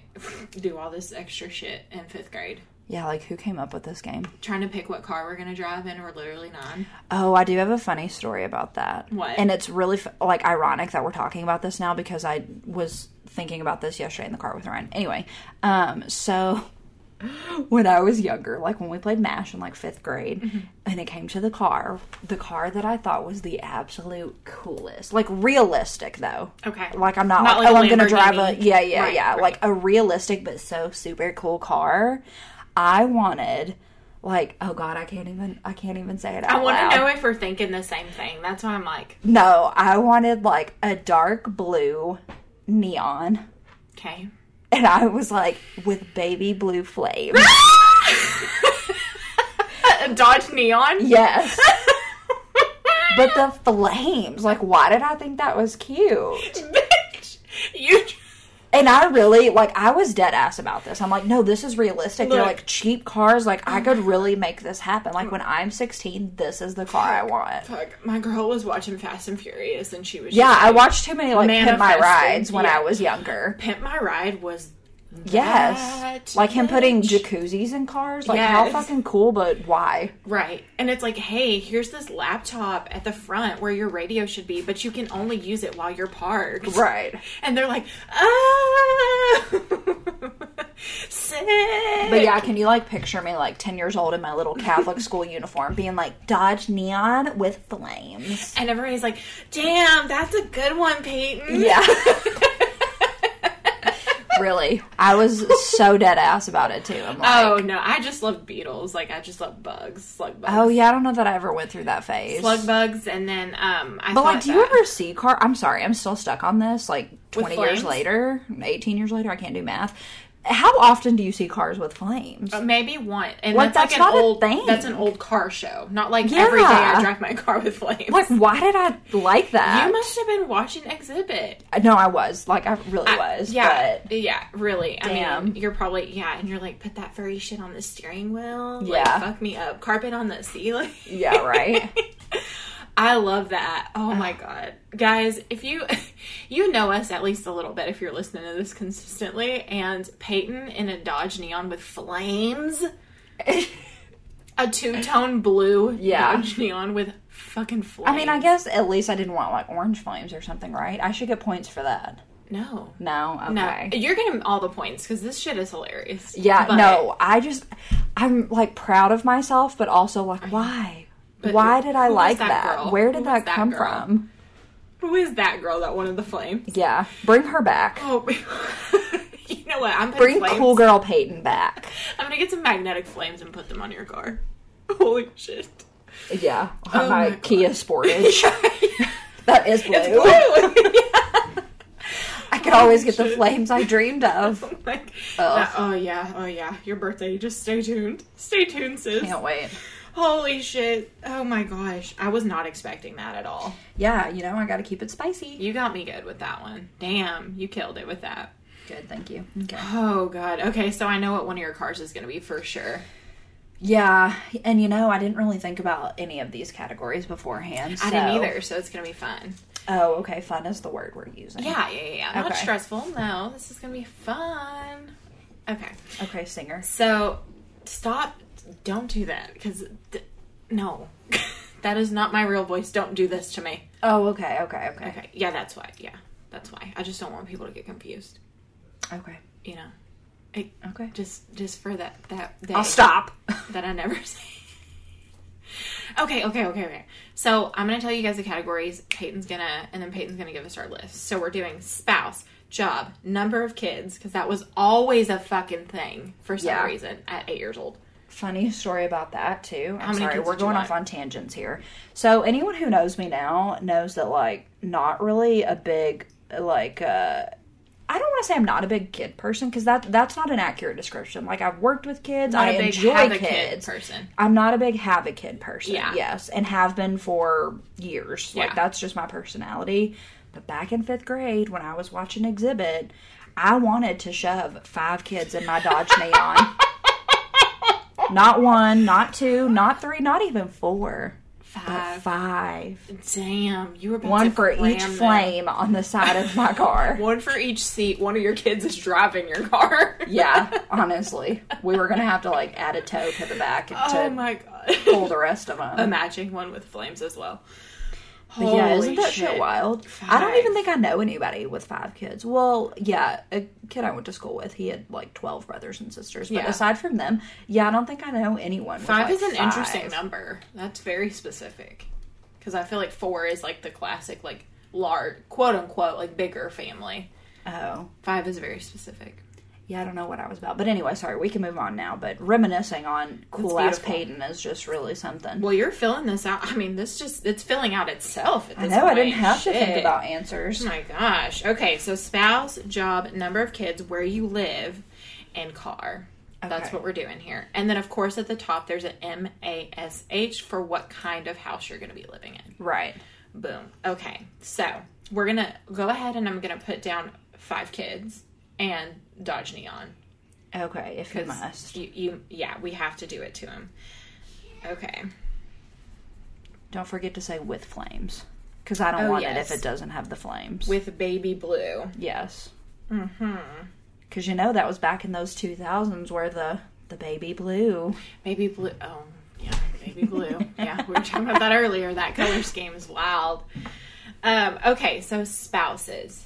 [SPEAKER 1] to <laughs> do all this extra shit in fifth grade.
[SPEAKER 2] Yeah, like who came up with this game?
[SPEAKER 1] Trying to pick what car we're going to drive in, or literally none.
[SPEAKER 2] Oh, I do have a funny story about that.
[SPEAKER 1] What?
[SPEAKER 2] And it's really f- like ironic that we're talking about this now because I was thinking about this yesterday in the car with Ryan. Anyway, um, so <laughs> when I was younger, like when we played Mash in like fifth grade, and it came to the car, the car that I thought was the absolute coolest, like realistic though.
[SPEAKER 1] Okay.
[SPEAKER 2] Like I'm not,
[SPEAKER 1] Not
[SPEAKER 2] like,
[SPEAKER 1] like
[SPEAKER 2] oh,
[SPEAKER 1] a
[SPEAKER 2] I'm gonna drive a
[SPEAKER 1] Lamborghini.
[SPEAKER 2] yeah, yeah,
[SPEAKER 1] Right,
[SPEAKER 2] yeah,
[SPEAKER 1] right.
[SPEAKER 2] like a realistic but so super cool car. I wanted. Like oh god I can't even I can't even say it. Out
[SPEAKER 1] I want
[SPEAKER 2] loud.
[SPEAKER 1] to know if we're thinking the same thing. That's why I'm like,
[SPEAKER 2] No, I wanted like a dark blue neon.
[SPEAKER 1] okay.
[SPEAKER 2] And I was like, with baby
[SPEAKER 1] <laughs>
[SPEAKER 2] blue flames.
[SPEAKER 1] A <laughs> Dodge Neon?
[SPEAKER 2] yes.
[SPEAKER 1] <laughs>
[SPEAKER 2] But the flames, like, why did I think that was cute?
[SPEAKER 1] Bitch! You.
[SPEAKER 2] And I really like I was dead ass about this. I'm like, no, this is realistic. They're
[SPEAKER 1] Look.
[SPEAKER 2] like cheap cars. Like
[SPEAKER 1] <sighs>
[SPEAKER 2] I could really make this happen. Like when I'm 16, this is the car I want.
[SPEAKER 1] Fuck, my girl was watching Fast and Furious, and she was
[SPEAKER 2] Yeah,
[SPEAKER 1] just
[SPEAKER 2] I
[SPEAKER 1] like,
[SPEAKER 2] watched too many like pimp my
[SPEAKER 1] Manifesting,
[SPEAKER 2] rides when
[SPEAKER 1] yeah.
[SPEAKER 2] I was younger.
[SPEAKER 1] Pimp My Ride was
[SPEAKER 2] Yes,
[SPEAKER 1] That
[SPEAKER 2] like him putting
[SPEAKER 1] bitch.
[SPEAKER 2] jacuzzis in cars. Like how
[SPEAKER 1] Yes.
[SPEAKER 2] fucking cool, but why?
[SPEAKER 1] Right. And it's like, hey, here's this laptop at the front where your radio should be, but you can only use it while you're parked.
[SPEAKER 2] Right.
[SPEAKER 1] And they're like, ah, <laughs> sick.
[SPEAKER 2] But yeah, can you like picture me like 10 years old in my little Catholic school uniform being like Dodge Neon with flames?
[SPEAKER 1] And everybody's like, damn, that's a good one, Peyton.
[SPEAKER 2] Yeah. <laughs> really. I was so dead ass about it too. I'm like,
[SPEAKER 1] Oh, no. I just love beetles. Like, I just love bugs. Slug bugs.
[SPEAKER 2] oh yeah, I don't know that I ever went through that phase.
[SPEAKER 1] Slug bugs. And then, um, I
[SPEAKER 2] but like,
[SPEAKER 1] thought
[SPEAKER 2] do you
[SPEAKER 1] that-
[SPEAKER 2] ever see car? I'm sorry, I'm still stuck on this. Like 20 years
[SPEAKER 1] flames?
[SPEAKER 2] later, 18 years later, I can't do math. How often do you see cars with flames?
[SPEAKER 1] Maybe one, and
[SPEAKER 2] Like,
[SPEAKER 1] that's,
[SPEAKER 2] that's
[SPEAKER 1] like
[SPEAKER 2] not
[SPEAKER 1] an
[SPEAKER 2] a
[SPEAKER 1] old
[SPEAKER 2] thing.
[SPEAKER 1] That's an old car show, not like every day I
[SPEAKER 2] Yeah.
[SPEAKER 1] drive my car with flames.
[SPEAKER 2] Like, why did I like that?
[SPEAKER 1] You must have been watching Exhibit.
[SPEAKER 2] no, I was. Like, I really was.
[SPEAKER 1] Yeah,
[SPEAKER 2] But
[SPEAKER 1] yeah, really. I
[SPEAKER 2] Damn.
[SPEAKER 1] mean, you're probably yeah, and you're like, put that furry shit on the steering wheel.
[SPEAKER 2] Yeah.
[SPEAKER 1] like, fuck me up. Carpet on the ceiling.
[SPEAKER 2] Yeah,
[SPEAKER 1] <laughs>
[SPEAKER 2] right.
[SPEAKER 1] I love that. Oh my god, guys! If you <laughs> you know us at least a little bit, if you're listening to this consistently, and Peyton in a Dodge Neon with
[SPEAKER 2] <laughs>
[SPEAKER 1] flames, a two tone blue
[SPEAKER 2] Yeah.
[SPEAKER 1] Dodge Neon with fucking flames.
[SPEAKER 2] I mean, I guess at least I didn't want like orange flames or something, right? I should get points for that.
[SPEAKER 1] no.
[SPEAKER 2] No,
[SPEAKER 1] No,
[SPEAKER 2] okay.
[SPEAKER 1] you're getting all the points because this shit is hilarious.
[SPEAKER 2] Yeah,
[SPEAKER 1] But-
[SPEAKER 2] no. I just I'm like proud of myself, but also like why?
[SPEAKER 1] But
[SPEAKER 2] why did I
[SPEAKER 1] who was
[SPEAKER 2] like
[SPEAKER 1] that
[SPEAKER 2] that?
[SPEAKER 1] girl?
[SPEAKER 2] Where
[SPEAKER 1] Who was
[SPEAKER 2] did that
[SPEAKER 1] that
[SPEAKER 2] come
[SPEAKER 1] girl?
[SPEAKER 2] from?
[SPEAKER 1] Who is that girl that wanted the flame?
[SPEAKER 2] Yeah, bring her back.
[SPEAKER 1] Oh, <laughs> you know what? I'm putting
[SPEAKER 2] bring
[SPEAKER 1] flames.
[SPEAKER 2] cool girl Peyton back.
[SPEAKER 1] I'm gonna get some magnetic flames and put them on your car. <laughs> Holy shit! <laughs>
[SPEAKER 2] Yeah,
[SPEAKER 1] Oh
[SPEAKER 2] my,
[SPEAKER 1] my God.
[SPEAKER 2] Kia
[SPEAKER 1] <laughs>
[SPEAKER 2] Sportage. that is blue. <laughs> I could
[SPEAKER 1] <laughs>
[SPEAKER 2] always get the flames I dreamed of.
[SPEAKER 1] like,
[SPEAKER 2] Ugh.
[SPEAKER 1] that- oh yeah, oh yeah. Your birthday. Just stay tuned. Stay tuned, sis.
[SPEAKER 2] Can't wait.
[SPEAKER 1] Holy shit! Oh my gosh, I was not expecting that at all.
[SPEAKER 2] Yeah, you know I got to keep it spicy.
[SPEAKER 1] You got me good with that one. Damn, you killed it with that.
[SPEAKER 2] Good, thank you. Okay.
[SPEAKER 1] Oh god. Okay, so I know what one of your cars is gonna be for sure.
[SPEAKER 2] Yeah, and you know, I didn't really think about any of these categories beforehand.
[SPEAKER 1] I didn't
[SPEAKER 2] so-
[SPEAKER 1] either, so it's gonna be fun.
[SPEAKER 2] Oh, okay. Fun is the word we're using.
[SPEAKER 1] Yeah, yeah, yeah. yeah. Not
[SPEAKER 2] Okay.
[SPEAKER 1] stressful. No, this is gonna be fun. Okay,
[SPEAKER 2] Okay, singer.
[SPEAKER 1] so stop. Don't do that because th- no, <laughs> that is not my real voice. Don't do this to me.
[SPEAKER 2] Oh, okay, okay, okay, okay.
[SPEAKER 1] Okay, yeah, that's why. Yeah, that's why. I just don't want people to get confused.
[SPEAKER 2] Okay.
[SPEAKER 1] You know, I,
[SPEAKER 2] Okay.
[SPEAKER 1] just just for that that day
[SPEAKER 2] I'll stop.
[SPEAKER 1] that I never <laughs> say. Okay, okay, okay, okay. So I'm gonna tell you guys the categories. Peyton's gonna, and then Peyton's gonna give us our list. So we're doing spouse, job, number of kids, because that was always a fucking thing for some
[SPEAKER 2] Yeah.
[SPEAKER 1] reason at eight years old.
[SPEAKER 2] <laughs> Funny story about that too. I'm
[SPEAKER 1] many
[SPEAKER 2] sorry,
[SPEAKER 1] kids
[SPEAKER 2] we're
[SPEAKER 1] did you
[SPEAKER 2] going
[SPEAKER 1] want?
[SPEAKER 2] off on tangents here. So anyone who knows me now knows that like not really a big like uh I don't want to say I'm not a big kid person because that that's not an accurate description. Like I've worked with kids,
[SPEAKER 1] Not
[SPEAKER 2] I
[SPEAKER 1] a big
[SPEAKER 2] enjoy
[SPEAKER 1] have a kid
[SPEAKER 2] kids.
[SPEAKER 1] person.
[SPEAKER 2] I'm not a big have a kid person.
[SPEAKER 1] Yeah.
[SPEAKER 2] Yes, and have been for years.
[SPEAKER 1] Yeah.
[SPEAKER 2] Like that's just my personality. But back in fifth grade, when I was watching Exhibit, I wanted to shove five kids in
[SPEAKER 1] <laughs>
[SPEAKER 2] my Dodge Neon. not one, not two, not three, not even four. But
[SPEAKER 1] Five.
[SPEAKER 2] five.
[SPEAKER 1] Damn, you were about
[SPEAKER 2] One
[SPEAKER 1] to
[SPEAKER 2] for
[SPEAKER 1] cram
[SPEAKER 2] each
[SPEAKER 1] them.
[SPEAKER 2] flame on the side of my
[SPEAKER 1] <laughs>
[SPEAKER 2] car.
[SPEAKER 1] One for each seat. One of your kids is driving your car. <laughs>
[SPEAKER 2] yeah, honestly. We were going to have to like add a toe to the back
[SPEAKER 1] Oh
[SPEAKER 2] to
[SPEAKER 1] my god.
[SPEAKER 2] <laughs> pull the rest of them.
[SPEAKER 1] a matching one with flames as well.
[SPEAKER 2] But yeah,
[SPEAKER 1] Holy
[SPEAKER 2] isn't that shit, wild? I don't even think I know anybody with five kids. Well, yeah, a kid I went to school with, he had like twelve brothers and sisters. But
[SPEAKER 1] Yeah.
[SPEAKER 2] aside from them, yeah, I don't think I know anyone. with,
[SPEAKER 1] Five is
[SPEAKER 2] like,
[SPEAKER 1] an interesting
[SPEAKER 2] five.
[SPEAKER 1] number. That's very specific. Because I feel like four is like the classic, like large, quote unquote, like bigger family.
[SPEAKER 2] Oh,
[SPEAKER 1] Five is very specific.
[SPEAKER 2] yeah, I don't know what I was about. But anyway, sorry, we can move on now. But reminiscing on cool ass
[SPEAKER 1] beautiful.
[SPEAKER 2] Peyton is just really something.
[SPEAKER 1] Well, you're filling this out. I mean, this just it's filling out itself. At
[SPEAKER 2] I
[SPEAKER 1] this
[SPEAKER 2] know I
[SPEAKER 1] point.
[SPEAKER 2] didn't have to think
[SPEAKER 1] Shit.
[SPEAKER 2] about
[SPEAKER 1] Oh
[SPEAKER 2] answers.
[SPEAKER 1] my gosh. Okay, so spouse, job, number of kids, where you live, and car. That's
[SPEAKER 2] Okay.
[SPEAKER 1] what we're doing here. And then, of course, at the top, there's an M A S H for what kind of house you're going to be living in.
[SPEAKER 2] Right.
[SPEAKER 1] Boom. Okay, so we're going to go ahead and I'm going to put down five kids and Dodge Neon.
[SPEAKER 2] Okay, if you
[SPEAKER 1] 'cause
[SPEAKER 2] must.
[SPEAKER 1] You, you, yeah, we have to do it to him. Okay.
[SPEAKER 2] Don't forget to say with flames. Because I don't
[SPEAKER 1] Oh,
[SPEAKER 2] want
[SPEAKER 1] yes.
[SPEAKER 2] it if it doesn't have the flames.
[SPEAKER 1] With Baby Blue.
[SPEAKER 2] Yes. Mm-hmm. Because you know that was back in those 2000s where the the baby blue.
[SPEAKER 1] Baby Blue. Oh, yeah, Baby Blue. yeah, we were talking about that earlier. That color scheme is wild. Um, okay, so spouses.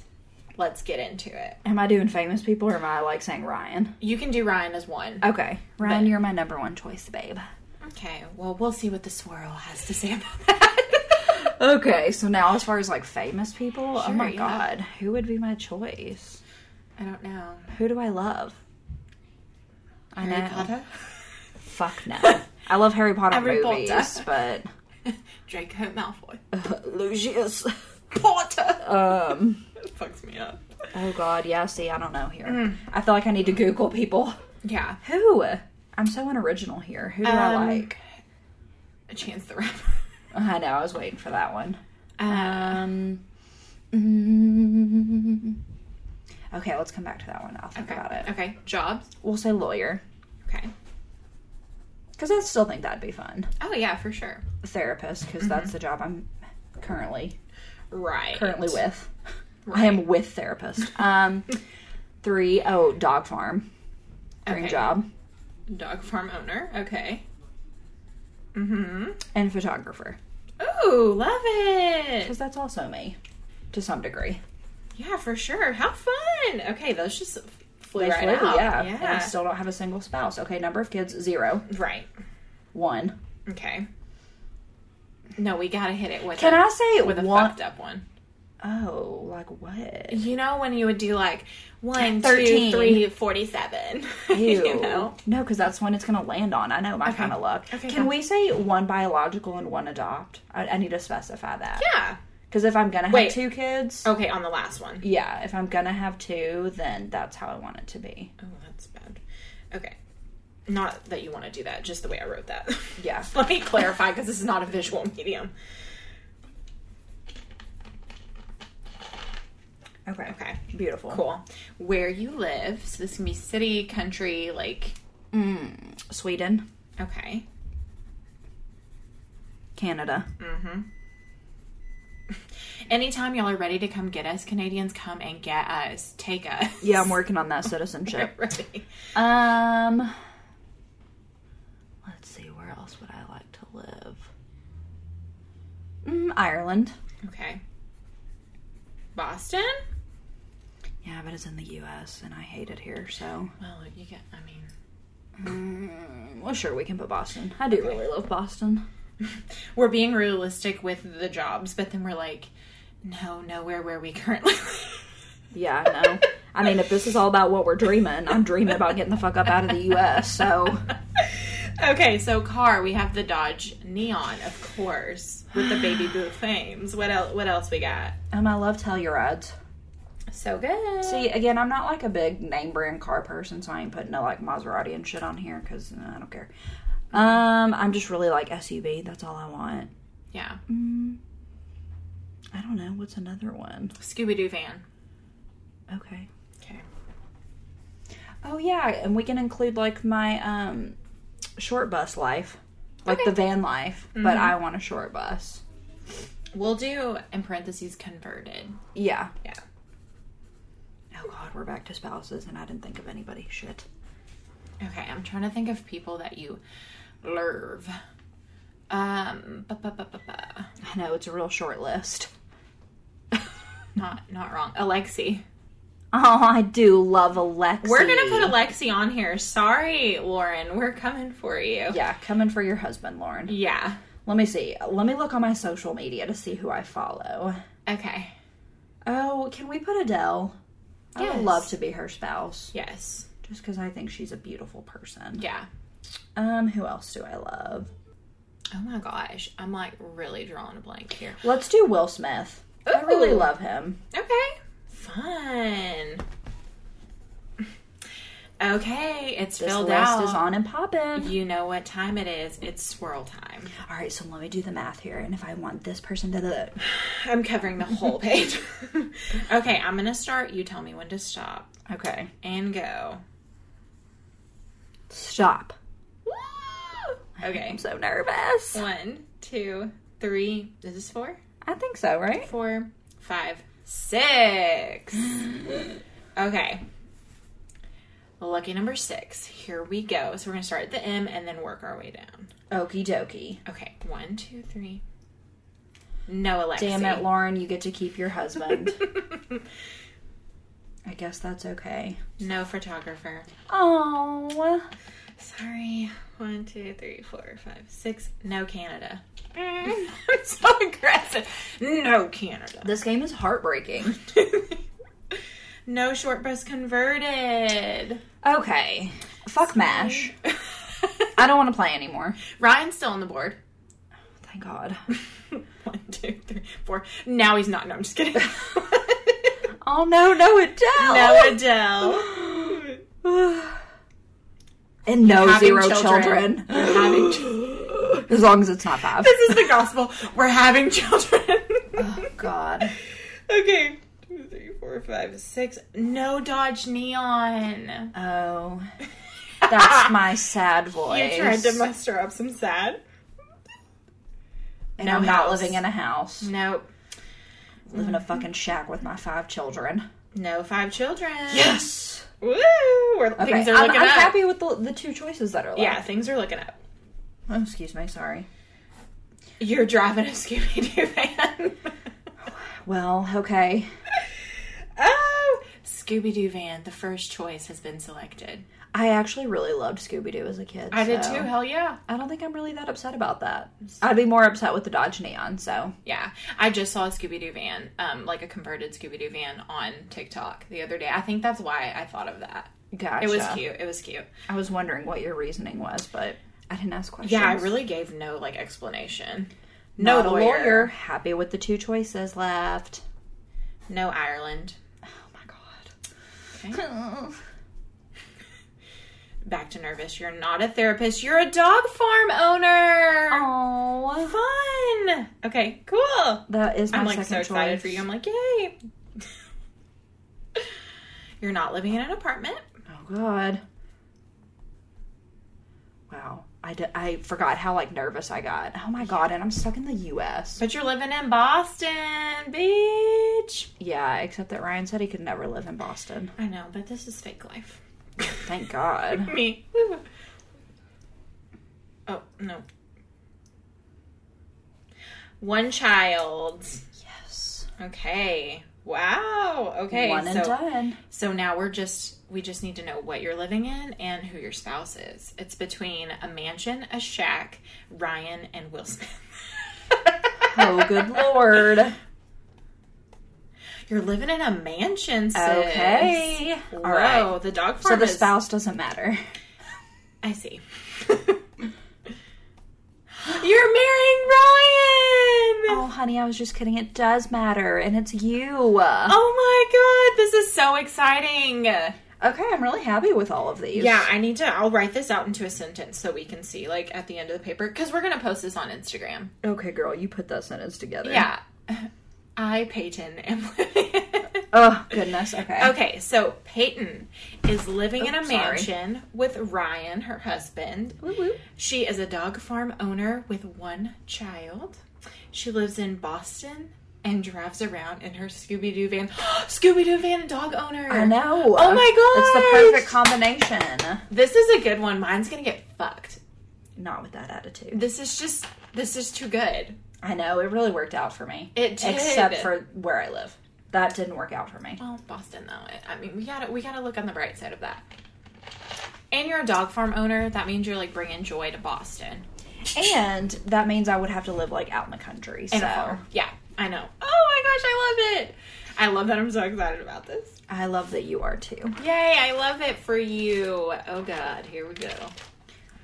[SPEAKER 1] Let's get into it.
[SPEAKER 2] Am I doing famous people or am I like saying Ryan?
[SPEAKER 1] You can do Ryan as one.
[SPEAKER 2] Okay, Ryan,
[SPEAKER 1] But-
[SPEAKER 2] you're my number one choice, babe.
[SPEAKER 1] Okay, well, we'll see what the swirl has to say about that.
[SPEAKER 2] Okay, so now as far as like famous people, oh
[SPEAKER 1] Sure,
[SPEAKER 2] my
[SPEAKER 1] yeah.
[SPEAKER 2] god, who would be my choice?
[SPEAKER 1] I don't know.
[SPEAKER 2] Who do I love? I
[SPEAKER 1] Harry
[SPEAKER 2] know.
[SPEAKER 1] Potter?
[SPEAKER 2] Fuck no. <laughs> I love Harry Potter
[SPEAKER 1] Harry Potter.
[SPEAKER 2] movies, but
[SPEAKER 1] Draco Malfoy.
[SPEAKER 2] <laughs> Lucius.
[SPEAKER 1] Potter!
[SPEAKER 2] Um.
[SPEAKER 1] <laughs> It fucks me up.
[SPEAKER 2] Oh God. Yeah. See, I don't know here. I feel like I need to Google people.
[SPEAKER 1] Yeah.
[SPEAKER 2] Who? I'm so unoriginal here. Who do I
[SPEAKER 1] Um,
[SPEAKER 2] like?
[SPEAKER 1] Chance the Rapper.
[SPEAKER 2] I know. I was waiting for that one.
[SPEAKER 1] Uh,
[SPEAKER 2] Um. mm, okay, let's come back to that one. I'll think
[SPEAKER 1] okay.
[SPEAKER 2] about it.
[SPEAKER 1] Okay, jobs.
[SPEAKER 2] We'll say lawyer
[SPEAKER 1] Okay.
[SPEAKER 2] because I still think that'd be fun.
[SPEAKER 1] Oh, yeah, for sure.
[SPEAKER 2] Therapist because
[SPEAKER 1] Mm-hmm.
[SPEAKER 2] that's the job I'm currently
[SPEAKER 1] Right.
[SPEAKER 2] currently with. I am with therapist.
[SPEAKER 1] <laughs>
[SPEAKER 2] Um. three. Oh, dog farm. Dream
[SPEAKER 1] Okay.
[SPEAKER 2] job
[SPEAKER 1] Dog farm owner. Okay. Mm-hmm.
[SPEAKER 2] and photographer.
[SPEAKER 1] Ooh, love it.
[SPEAKER 2] because that's also me to some degree.
[SPEAKER 1] Yeah, for sure. How fun. Okay, those just flew
[SPEAKER 2] They
[SPEAKER 1] right
[SPEAKER 2] flew,
[SPEAKER 1] out.
[SPEAKER 2] yeah. And I still don't have a single spouse. Okay, number of kids zero,
[SPEAKER 1] right.
[SPEAKER 2] one.
[SPEAKER 1] Okay. No, we gotta hit it with
[SPEAKER 2] Can
[SPEAKER 1] a,
[SPEAKER 2] I say
[SPEAKER 1] with a
[SPEAKER 2] one?
[SPEAKER 1] fucked up one.
[SPEAKER 2] Oh, like what?
[SPEAKER 1] You know when you would do like one, two,
[SPEAKER 2] Thirteen.
[SPEAKER 1] three, forty-seven. <laughs>
[SPEAKER 2] Ew.
[SPEAKER 1] you know.
[SPEAKER 2] No, because that's when it's going to land on. I know my kind of luck.
[SPEAKER 1] Okay,
[SPEAKER 2] Can
[SPEAKER 1] go.
[SPEAKER 2] we say one biological and one adopt? I, I need to specify that.
[SPEAKER 1] Yeah.
[SPEAKER 2] Because if I'm going to
[SPEAKER 1] Wait. Oh.
[SPEAKER 2] have two kids,
[SPEAKER 1] Okay, on the last one.
[SPEAKER 2] yeah, if I'm going to have two, then that's how I want it to be.
[SPEAKER 1] Oh, that's bad. Okay. Not that you want to do that, just the way I wrote that.
[SPEAKER 2] Yeah.
[SPEAKER 1] <laughs> Let me clarify because this is not a visual medium.
[SPEAKER 2] Okay.
[SPEAKER 1] Okay.
[SPEAKER 2] Beautiful.
[SPEAKER 1] Cool. Where you live. So this can be city, country, like.
[SPEAKER 2] Sweden,
[SPEAKER 1] Okay.
[SPEAKER 2] Canada.
[SPEAKER 1] Mm. Anytime y'all are ready to come get us, Canadians, come and get us. Take <laughs> us.
[SPEAKER 2] Yeah, I'm working on that citizenship.
[SPEAKER 1] Ready.
[SPEAKER 2] Um, let's see, where else would I like to live? Mm, Ireland.
[SPEAKER 1] Okay. Boston?
[SPEAKER 2] Yeah, but it's in the U.S. and I hate it here, so.
[SPEAKER 1] Well, you get. I mean.
[SPEAKER 2] Mm, well, sure, we can put Boston. I do really love Boston.
[SPEAKER 1] We're being realistic with the jobs, but then we're like, no, nowhere where we currently <laughs> live.
[SPEAKER 2] Yeah, I know. I mean, if this is all about what we're dreaming, I'm dreaming about getting the fuck up out of the U.S., so.
[SPEAKER 1] Okay, so car, we have the Dodge Neon, of course, with the baby blue flames. What else? What else we got?
[SPEAKER 2] Um, I love Tellurides.
[SPEAKER 1] So good.
[SPEAKER 2] See, again, I'm not like a big name brand car person, so I ain't putting no like Maserati and shit on here because I don't care. Um, I'm just really like SUV. That's all I want.
[SPEAKER 1] yeah,
[SPEAKER 2] I don't know what's another one.
[SPEAKER 1] Scooby Doo van.
[SPEAKER 2] Okay.
[SPEAKER 1] Okay.
[SPEAKER 2] Oh yeah, and we can include like my um short bus life, like
[SPEAKER 1] Okay.
[SPEAKER 2] the van life, but I want a short bus.
[SPEAKER 1] We'll do in parentheses converted.
[SPEAKER 2] Yeah.
[SPEAKER 1] Yeah.
[SPEAKER 2] Oh god, we're back to spouses, and I didn't think of anybody. Shit.
[SPEAKER 1] Okay, I'm trying to think of people that you love. Um, ba, ba, ba, ba, ba.
[SPEAKER 2] I know it's a real short list.
[SPEAKER 1] not not wrong. Alexi.
[SPEAKER 2] Oh, I do love Alexi.
[SPEAKER 1] We're gonna put Alexi on here. Sorry, Lauren. We're coming for you.
[SPEAKER 2] Yeah, coming for your husband, Lauren.
[SPEAKER 1] Yeah.
[SPEAKER 2] Let me see. Let me look on my social media to see who I follow.
[SPEAKER 1] Okay.
[SPEAKER 2] Oh, can we put Adele? I
[SPEAKER 1] Yes.
[SPEAKER 2] would love to be her spouse,
[SPEAKER 1] Yes.
[SPEAKER 2] just because I think she's a beautiful person.
[SPEAKER 1] Yeah.
[SPEAKER 2] Um, who else do I love?
[SPEAKER 1] Oh my gosh, I'm like really drawing a blank here.
[SPEAKER 2] Let's do Will Smith. I really
[SPEAKER 1] Ooh.
[SPEAKER 2] love him.
[SPEAKER 1] Okay. Fun. Okay, it's
[SPEAKER 2] This
[SPEAKER 1] filled
[SPEAKER 2] list
[SPEAKER 1] out.
[SPEAKER 2] is on and popping.
[SPEAKER 1] You know what time it is. It's swirl time.
[SPEAKER 2] All right, so let me do the math here. And if I want this person to the
[SPEAKER 1] I'm covering the whole page. <laughs> okay, I'm going to start. You tell me when to stop
[SPEAKER 2] okay,
[SPEAKER 1] and go.
[SPEAKER 2] stop.
[SPEAKER 1] Okay.
[SPEAKER 2] I'm so nervous.
[SPEAKER 1] One, two, three. Is this four?
[SPEAKER 2] I think so, right?
[SPEAKER 1] Four, five, six. Okay. Lucky number six. Here we go. So we're going to start at the M and then work our way down.
[SPEAKER 2] Okie dokie.
[SPEAKER 1] Okay. One, two, three. No, Alexi.
[SPEAKER 2] Damn it, Lauren, you get to keep your <laughs> husband. I guess that's okay.
[SPEAKER 1] No photographer.
[SPEAKER 2] Oh,
[SPEAKER 1] Sorry. One, two, three, four, five, six. No Canada. Mm, <laughs> I'm so aggressive. No Canada. <laughs>
[SPEAKER 2] this game is heartbreaking.
[SPEAKER 1] no short bus converted.
[SPEAKER 2] Okay, fuck Mash. I don't want to play anymore.
[SPEAKER 1] <laughs> Ryan's still on the board. <laughs>
[SPEAKER 2] Thank God.
[SPEAKER 1] One, two, three, four. Now he's not. No, I'm just kidding. <laughs>
[SPEAKER 2] Oh no, no Adele.
[SPEAKER 1] no Adele.
[SPEAKER 2] <sighs> Oh, and no
[SPEAKER 1] Having
[SPEAKER 2] zero
[SPEAKER 1] children.
[SPEAKER 2] children.
[SPEAKER 1] Having children.
[SPEAKER 2] <gasps> As long as it's not <laughs> five.
[SPEAKER 1] This is the gospel. We're having children.
[SPEAKER 2] Oh God.
[SPEAKER 1] okay. Two, three, four, five, six. No Dodge Neon.
[SPEAKER 2] Oh, that's my <laughs> sad voice.
[SPEAKER 1] You tried to muster up some sad.
[SPEAKER 2] and
[SPEAKER 1] no
[SPEAKER 2] I'm
[SPEAKER 1] house.
[SPEAKER 2] not
[SPEAKER 1] Mm-hmm.
[SPEAKER 2] living in a house.
[SPEAKER 1] Nope.
[SPEAKER 2] Live in a fucking shack with my five children.
[SPEAKER 1] No five children.
[SPEAKER 2] Yes.
[SPEAKER 1] Woo! We're,
[SPEAKER 2] Okay.
[SPEAKER 1] Things are
[SPEAKER 2] I'm,
[SPEAKER 1] looking
[SPEAKER 2] I'm
[SPEAKER 1] up.
[SPEAKER 2] happy with the, the two choices that are left.
[SPEAKER 1] Yeah, things are looking up.
[SPEAKER 2] Oh, excuse me. Sorry.
[SPEAKER 1] You're driving a Scooby Doo <laughs> van.
[SPEAKER 2] Well, okay.
[SPEAKER 1] oh! Scooby Doo van, the first choice has been selected.
[SPEAKER 2] I actually really loved Scooby Doo as a kid.
[SPEAKER 1] I did
[SPEAKER 2] so
[SPEAKER 1] too, hell yeah.
[SPEAKER 2] I don't think I'm really that upset about that. I'd be more upset with the Dodge Neon. So
[SPEAKER 1] Yeah, I just saw a Scooby Doo van, um, like a converted Scooby Doo van on TikTok the other day. I think that's why I thought of that.
[SPEAKER 2] gotcha.
[SPEAKER 1] It was cute. It was cute.
[SPEAKER 2] I was wondering what your reasoning was, but I didn't ask questions.
[SPEAKER 1] Yeah, I really gave no like explanation. No
[SPEAKER 2] Not a
[SPEAKER 1] lawyer.
[SPEAKER 2] lawyer. Happy with the two choices left.
[SPEAKER 1] No Ireland.
[SPEAKER 2] Oh my god. <laughs>
[SPEAKER 1] Back to nervous. You're not a therapist. You're a dog farm owner.
[SPEAKER 2] Oh,
[SPEAKER 1] Fun. Okay, cool.
[SPEAKER 2] that is my
[SPEAKER 1] I'm like
[SPEAKER 2] second
[SPEAKER 1] so excited
[SPEAKER 2] choice.
[SPEAKER 1] for you. I'm like, yay. <laughs> You're not living in an apartment.
[SPEAKER 2] Oh god. Wow. I, d- I forgot how like nervous I got. Oh my god, and I'm stuck in the US.
[SPEAKER 1] But you're living in Boston Beach.
[SPEAKER 2] Yeah, except that Ryan said he could never live in Boston.
[SPEAKER 1] I know, but this is fake life.
[SPEAKER 2] <laughs> Thank god.
[SPEAKER 1] Me. <laughs> Woo. Oh, no. One child.
[SPEAKER 2] Yes.
[SPEAKER 1] Okay. Wow. Okay.
[SPEAKER 2] One and
[SPEAKER 1] so,
[SPEAKER 2] done.
[SPEAKER 1] so now we're just we just need to know what you're living in and who your spouse is. It's between a mansion, a shack, Ryan, and Will Smith. <laughs>
[SPEAKER 2] Oh good <laughs> lord.
[SPEAKER 1] You're living in a mansion, sis.
[SPEAKER 2] Okay.
[SPEAKER 1] Whoa,
[SPEAKER 2] All right.
[SPEAKER 1] the dog
[SPEAKER 2] So
[SPEAKER 1] farm
[SPEAKER 2] the
[SPEAKER 1] is-
[SPEAKER 2] spouse doesn't matter.
[SPEAKER 1] I see. You're marrying Ryan!
[SPEAKER 2] Oh honey, I was just kidding. It does matter, and it's you.
[SPEAKER 1] Oh my god, this is so exciting!
[SPEAKER 2] Okay, I'm really happy with all of these.
[SPEAKER 1] Yeah, I need to. I'll write this out into a sentence so we can see, like, at the end of the paper, because we're gonna post this on Instagram.
[SPEAKER 2] Okay, girl, you put that sentence together.
[SPEAKER 1] Yeah. I, Peyton, am <laughs> living.
[SPEAKER 2] Oh goodness. Okay.
[SPEAKER 1] okay, so Peyton is living in
[SPEAKER 2] Oh,
[SPEAKER 1] a
[SPEAKER 2] sorry.
[SPEAKER 1] mansion with Ryan, her husband.
[SPEAKER 2] Woo, woo.
[SPEAKER 1] She is a dog farm owner with one child. She lives in Boston and drives around in her Scooby Doo van. <gasps> Scooby Doo van and dog owner.
[SPEAKER 2] I know.
[SPEAKER 1] Oh my god.
[SPEAKER 2] It's the perfect combination.
[SPEAKER 1] This is a good one. Mine's gonna get fucked.
[SPEAKER 2] Not with that attitude.
[SPEAKER 1] This is just. This is too good.
[SPEAKER 2] I know it really worked out for me.
[SPEAKER 1] It did.
[SPEAKER 2] except for where I live. That didn't work out for me.
[SPEAKER 1] Well, Boston though. I- I mean, we gotta we gotta look on the bright side of that. And you're a dog farm owner. That means you're like bringing joy to Boston.
[SPEAKER 2] And that means I would have to live like out in the country.
[SPEAKER 1] And a
[SPEAKER 2] So
[SPEAKER 1] farm. yeah, I know. Oh my gosh, I love it. I love that. I'm so excited about this.
[SPEAKER 2] I love that you are too.
[SPEAKER 1] Yay, I love it for you. Oh god, here we go.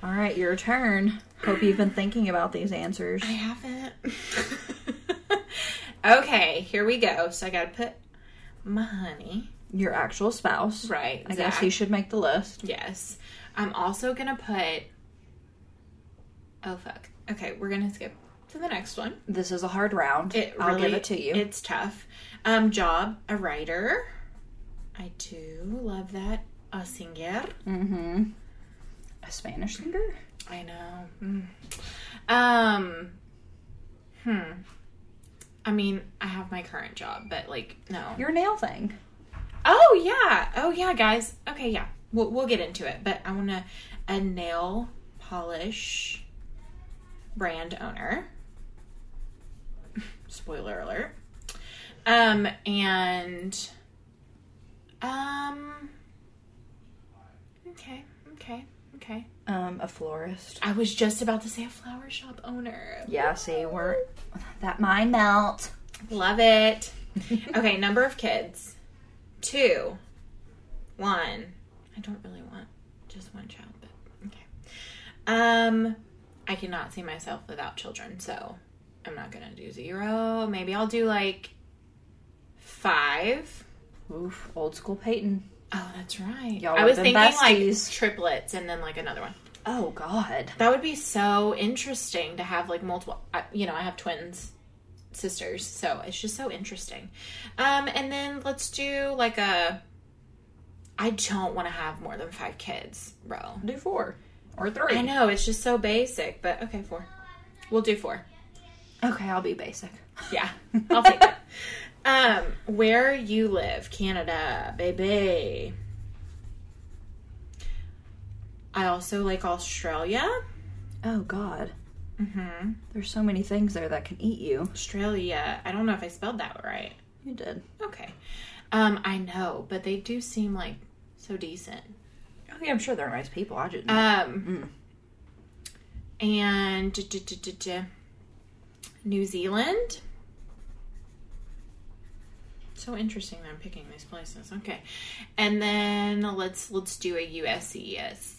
[SPEAKER 2] All right, your turn. Hope you've been thinking about these answers.
[SPEAKER 1] I <laughs> haven't. okay, here we go. So I gotta put my honey.
[SPEAKER 2] your actual spouse.
[SPEAKER 1] Right.
[SPEAKER 2] I guess
[SPEAKER 1] Zach.
[SPEAKER 2] he should make the list.
[SPEAKER 1] Yes. I'm also going to put. Oh, fuck. Okay, we're going to skip to the next one.
[SPEAKER 2] This is a hard round.
[SPEAKER 1] It
[SPEAKER 2] I'll
[SPEAKER 1] really,
[SPEAKER 2] give it to you.
[SPEAKER 1] It's tough. Um, job, a writer. I do love that. A singer.
[SPEAKER 2] mm-hmm. A Spanish singer?
[SPEAKER 1] I know. Mm. Um, hmm. I mean, I have my current job, but like, no.
[SPEAKER 2] Your nail thing.
[SPEAKER 1] Oh yeah. Oh yeah, guys. Okay, yeah. We'll we'll get into it, but I want to a nail polish brand owner. <laughs> Spoiler alert. Um and um okay, okay, okay.
[SPEAKER 2] Um, a florist.
[SPEAKER 1] I was just about to say a flower shop owner.
[SPEAKER 2] Yeah, see, we're that mind melt.
[SPEAKER 1] Love <laughs> it. okay, number of kids. Two. One. I don't really want just one child, but okay. Um I cannot see myself without children, so I'm not gonna do zero. Maybe I'll do like five.
[SPEAKER 2] Oof, old school Peyton.
[SPEAKER 1] Oh, that's right.
[SPEAKER 2] Y'all
[SPEAKER 1] I was
[SPEAKER 2] would've been
[SPEAKER 1] thinking like
[SPEAKER 2] besties.
[SPEAKER 1] triplets and then like another one.
[SPEAKER 2] Oh God.
[SPEAKER 1] That would be so interesting to have like multiple. I, you know, I have twins, sisters, so it's just so interesting. Um, and then let's do like a. I don't want to have more than five kids, bro.
[SPEAKER 2] Do four or
[SPEAKER 1] I
[SPEAKER 2] three.
[SPEAKER 1] know it's just so basic, but okay, four. We'll do four.
[SPEAKER 2] Okay, I'll be basic.
[SPEAKER 1] Yeah, I'll take that. <laughs> Um, where you live, Canada, baby. I also like Australia.
[SPEAKER 2] Oh God.
[SPEAKER 1] Mm-hmm.
[SPEAKER 2] There's so many things there that can eat you.
[SPEAKER 1] Australia. I don't know if I spelled that right.
[SPEAKER 2] You did.
[SPEAKER 1] Okay. Um, I know, but they do seem like so decent.
[SPEAKER 2] Oh yeah, I'm sure they're nice people. I just
[SPEAKER 1] Um, and d- d- d- d- d- New Zealand. So interesting that I'm picking these places. Okay, and then let's let's do a E USCS.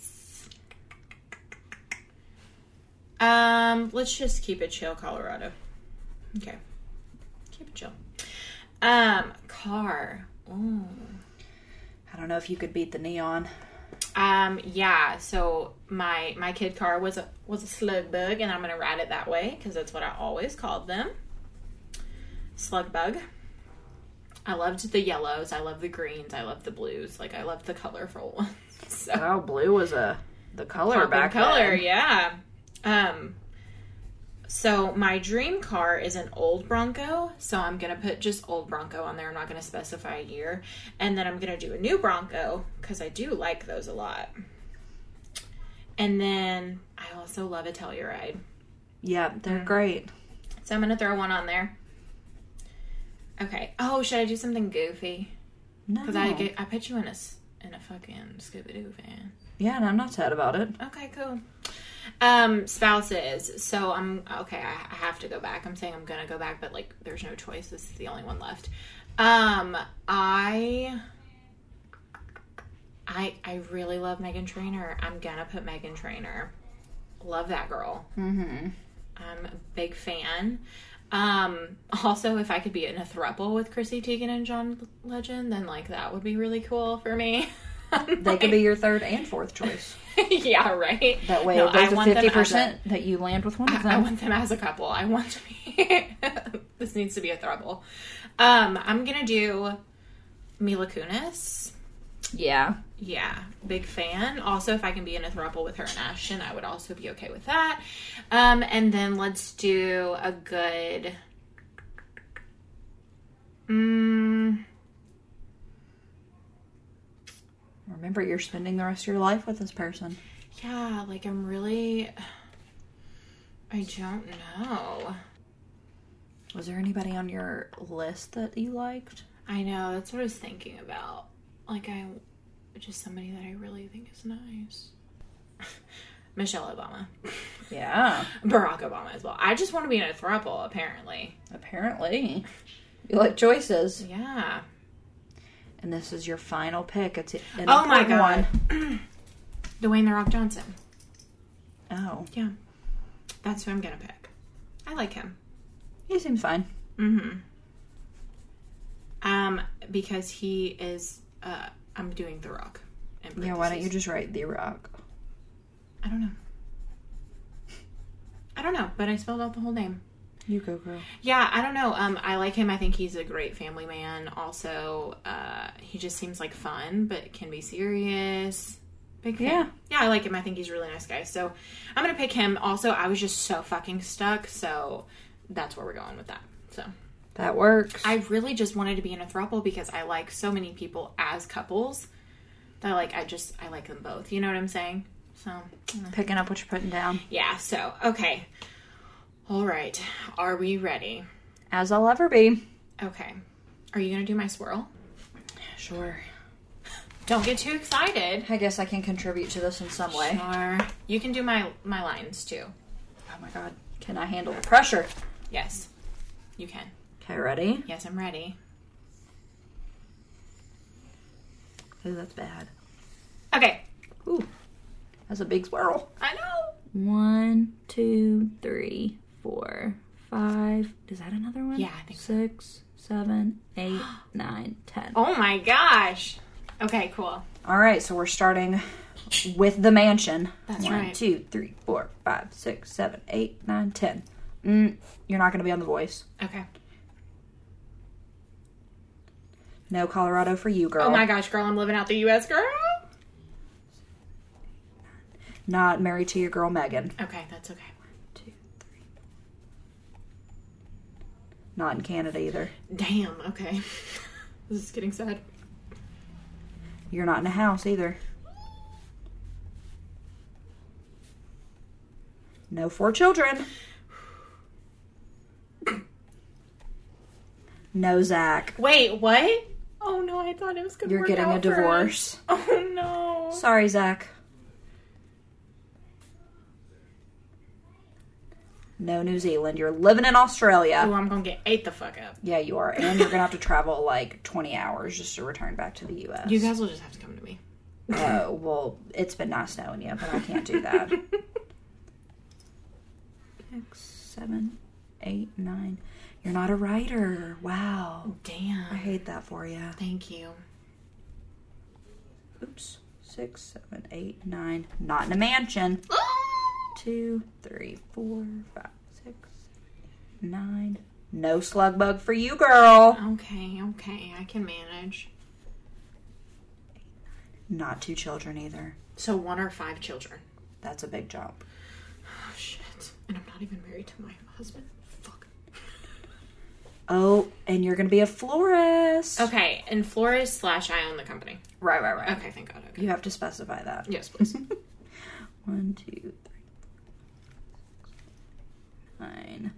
[SPEAKER 1] Um, let's just keep it chill, Colorado. Okay, keep it chill. Um, car. Ooh.
[SPEAKER 2] I don't know if you could beat the neon.
[SPEAKER 1] Um, yeah. So my my kid car was a was a slug bug, and I'm gonna ride it that way because that's what I always called them. Slug bug. I loved the yellows. I love the greens. I love the blues. Like I love the colorful <laughs> ones. So
[SPEAKER 2] Oh, blue was a the color
[SPEAKER 1] pop in color, yeah. Um. So my dream car is an old Bronco. So I'm gonna put just old Bronco on there. I'm not gonna specify a year, and then I'm gonna do a new Bronco because I do like those a lot. And then I also love a Telluride.
[SPEAKER 2] Yeah, they're great.
[SPEAKER 1] So I'm gonna throw one on there. Okay. Oh, should I do something goofy?
[SPEAKER 2] No.
[SPEAKER 1] Because I get, I put you in a s- in a fucking Scooby Doo van.
[SPEAKER 2] Yeah, and I'm not sad about it.
[SPEAKER 1] Okay, cool. Um, spouses. So I'm okay. I, I have to go back. I'm saying I'm gonna go back, but like, there's no choice. This is the only one left. Um, I, I, I really love Megan Trainer. I'm gonna put Megan Trainer. Love that girl.
[SPEAKER 2] Mm-hmm.
[SPEAKER 1] I'm a big fan. Um, also, if I could be in a throuple with Chrissy Teigen and John Legend, then like that would be really cool for me. <laughs>
[SPEAKER 2] They could be your third and fourth <laughs> choice.
[SPEAKER 1] yeah, right.
[SPEAKER 2] That way,
[SPEAKER 1] No,
[SPEAKER 2] there's
[SPEAKER 1] I
[SPEAKER 2] a
[SPEAKER 1] want them
[SPEAKER 2] fifty
[SPEAKER 1] as a-
[SPEAKER 2] percent that you land with one
[SPEAKER 1] <laughs>
[SPEAKER 2] of
[SPEAKER 1] I, I
[SPEAKER 2] them.
[SPEAKER 1] want them as a couple. I want to be. <laughs> this needs to be a throuple. Um, I'm gonna do Mila Kunis.
[SPEAKER 2] yeah,
[SPEAKER 1] Yeah, big fan. Also, if I can be in a throuple with her and Ashton, I would also be okay with that. Um, and then let's do a good. Mm,
[SPEAKER 2] remember you're spending the rest of your life with this person.
[SPEAKER 1] yeah, like I'm really. I don't know.
[SPEAKER 2] Was there anybody on your list that you liked?
[SPEAKER 1] I know. That's what I was thinking about. Like I, just somebody that I really think is nice. <laughs> Michelle Obama,
[SPEAKER 2] Yeah,
[SPEAKER 1] Barack Obama as well. I just want to be in a throuple, apparently.
[SPEAKER 2] apparently. You like choices,
[SPEAKER 1] Yeah.
[SPEAKER 2] and this is your final pick. It's an
[SPEAKER 1] oh my
[SPEAKER 2] important
[SPEAKER 1] god.
[SPEAKER 2] one.
[SPEAKER 1] Dwayne the Rock Johnson.
[SPEAKER 2] Oh,
[SPEAKER 1] Yeah. That's who I'm gonna pick. I like him.
[SPEAKER 2] he seems fine.
[SPEAKER 1] Mm-hmm. um, because he is. Uh, I'm doing The Rock. in
[SPEAKER 2] Yeah, why don't you
[SPEAKER 1] parentheses.
[SPEAKER 2] just write The Rock?
[SPEAKER 1] I don't know. I don't know, but I spelled out the whole name.
[SPEAKER 2] You go, girl.
[SPEAKER 1] Yeah, I don't know. Um, I like him. I think he's a great family man. Also, uh, he just seems like fun, but can be serious. Big fan.
[SPEAKER 2] Yeah.
[SPEAKER 1] yeah, I like him. I think he's a really nice guy. So I'm gonna pick him. Also, I was just so fucking stuck, so that's where we're going with that. So
[SPEAKER 2] That works.
[SPEAKER 1] I really just wanted to be in a throuple because I like so many people as couples. That like I just I like them both. You know what I'm saying? So
[SPEAKER 2] Picking up what you're putting down.
[SPEAKER 1] yeah. So okay. All right. Are we ready?
[SPEAKER 2] As I'll ever be.
[SPEAKER 1] Okay. Are you gonna do my swirl?
[SPEAKER 2] Sure.
[SPEAKER 1] Don't get too excited.
[SPEAKER 2] I guess I can contribute to this in some way.
[SPEAKER 1] Or you can do my my lines too.
[SPEAKER 2] Oh my god. Can I handle the pressure?
[SPEAKER 1] Yes, you can.
[SPEAKER 2] Okay, ready?
[SPEAKER 1] Yes, I'm ready.
[SPEAKER 2] Ooh, that's bad.
[SPEAKER 1] Okay.
[SPEAKER 2] Ooh. That's a big swirl.
[SPEAKER 1] I know.
[SPEAKER 2] One, two, three, four, five. Is that another one?
[SPEAKER 1] Yeah, I think so.
[SPEAKER 2] Six, seven, <gasps> eight, nine, ten.
[SPEAKER 1] Oh my gosh. Okay, cool.
[SPEAKER 2] All right, so we're starting with the mansion.
[SPEAKER 1] That's
[SPEAKER 2] One,
[SPEAKER 1] right.
[SPEAKER 2] two, three, four, five, six, seven, eight, nine, ten. Mm, you're not going to be on The Voice.
[SPEAKER 1] Okay.
[SPEAKER 2] No Colorado for you, girl.
[SPEAKER 1] Oh my gosh, girl, I'm living out the U.S., girl.
[SPEAKER 2] Not married to your girl, Megan.
[SPEAKER 1] Okay, that's okay.
[SPEAKER 2] Two, three. Not in Canada either.
[SPEAKER 1] Damn. Okay. <laughs> this is getting sad.
[SPEAKER 2] You're not in a house either. No four children. No, Zach.
[SPEAKER 1] Wait, what? Oh no, I thought it was gonna.
[SPEAKER 2] You're
[SPEAKER 1] work
[SPEAKER 2] getting a
[SPEAKER 1] out for us.
[SPEAKER 2] divorce.
[SPEAKER 1] <laughs> Oh no.
[SPEAKER 2] Sorry, Zach. No New Zealand. You're living in Australia.
[SPEAKER 1] Oh, I'm gonna get ate the fuck up.
[SPEAKER 2] Yeah, you are. And you're going to have to travel like 20 hours just to return back to the U.S.
[SPEAKER 1] You guys will just have to come to me.
[SPEAKER 2] Uh, well, it's been nice knowing you, but I can't do that. Six, seven, eight, nine. You're not a writer. Wow. I
[SPEAKER 1] Damn.
[SPEAKER 2] hate that for you.
[SPEAKER 1] Thank you. <gasps>
[SPEAKER 2] Oops. Six, seven, eight, nine. Not in a mansion.
[SPEAKER 1] Ah!
[SPEAKER 2] Two, three, four, five, six, nine. No slug bug for you, girl.
[SPEAKER 1] Okay, okay, I can manage.
[SPEAKER 2] Not two children either.
[SPEAKER 1] So one or five children.
[SPEAKER 2] That's a big jump.
[SPEAKER 1] Oh shit! And I'm not even married to my husband. Fuck.
[SPEAKER 2] Oh, and you're going to be a florist.
[SPEAKER 1] Okay, and florist slash I own the company.
[SPEAKER 2] Right, right, right.
[SPEAKER 1] Okay, thank God. Okay.
[SPEAKER 2] You have to specify that.
[SPEAKER 1] Yes, please.
[SPEAKER 2] One, two, three, nine,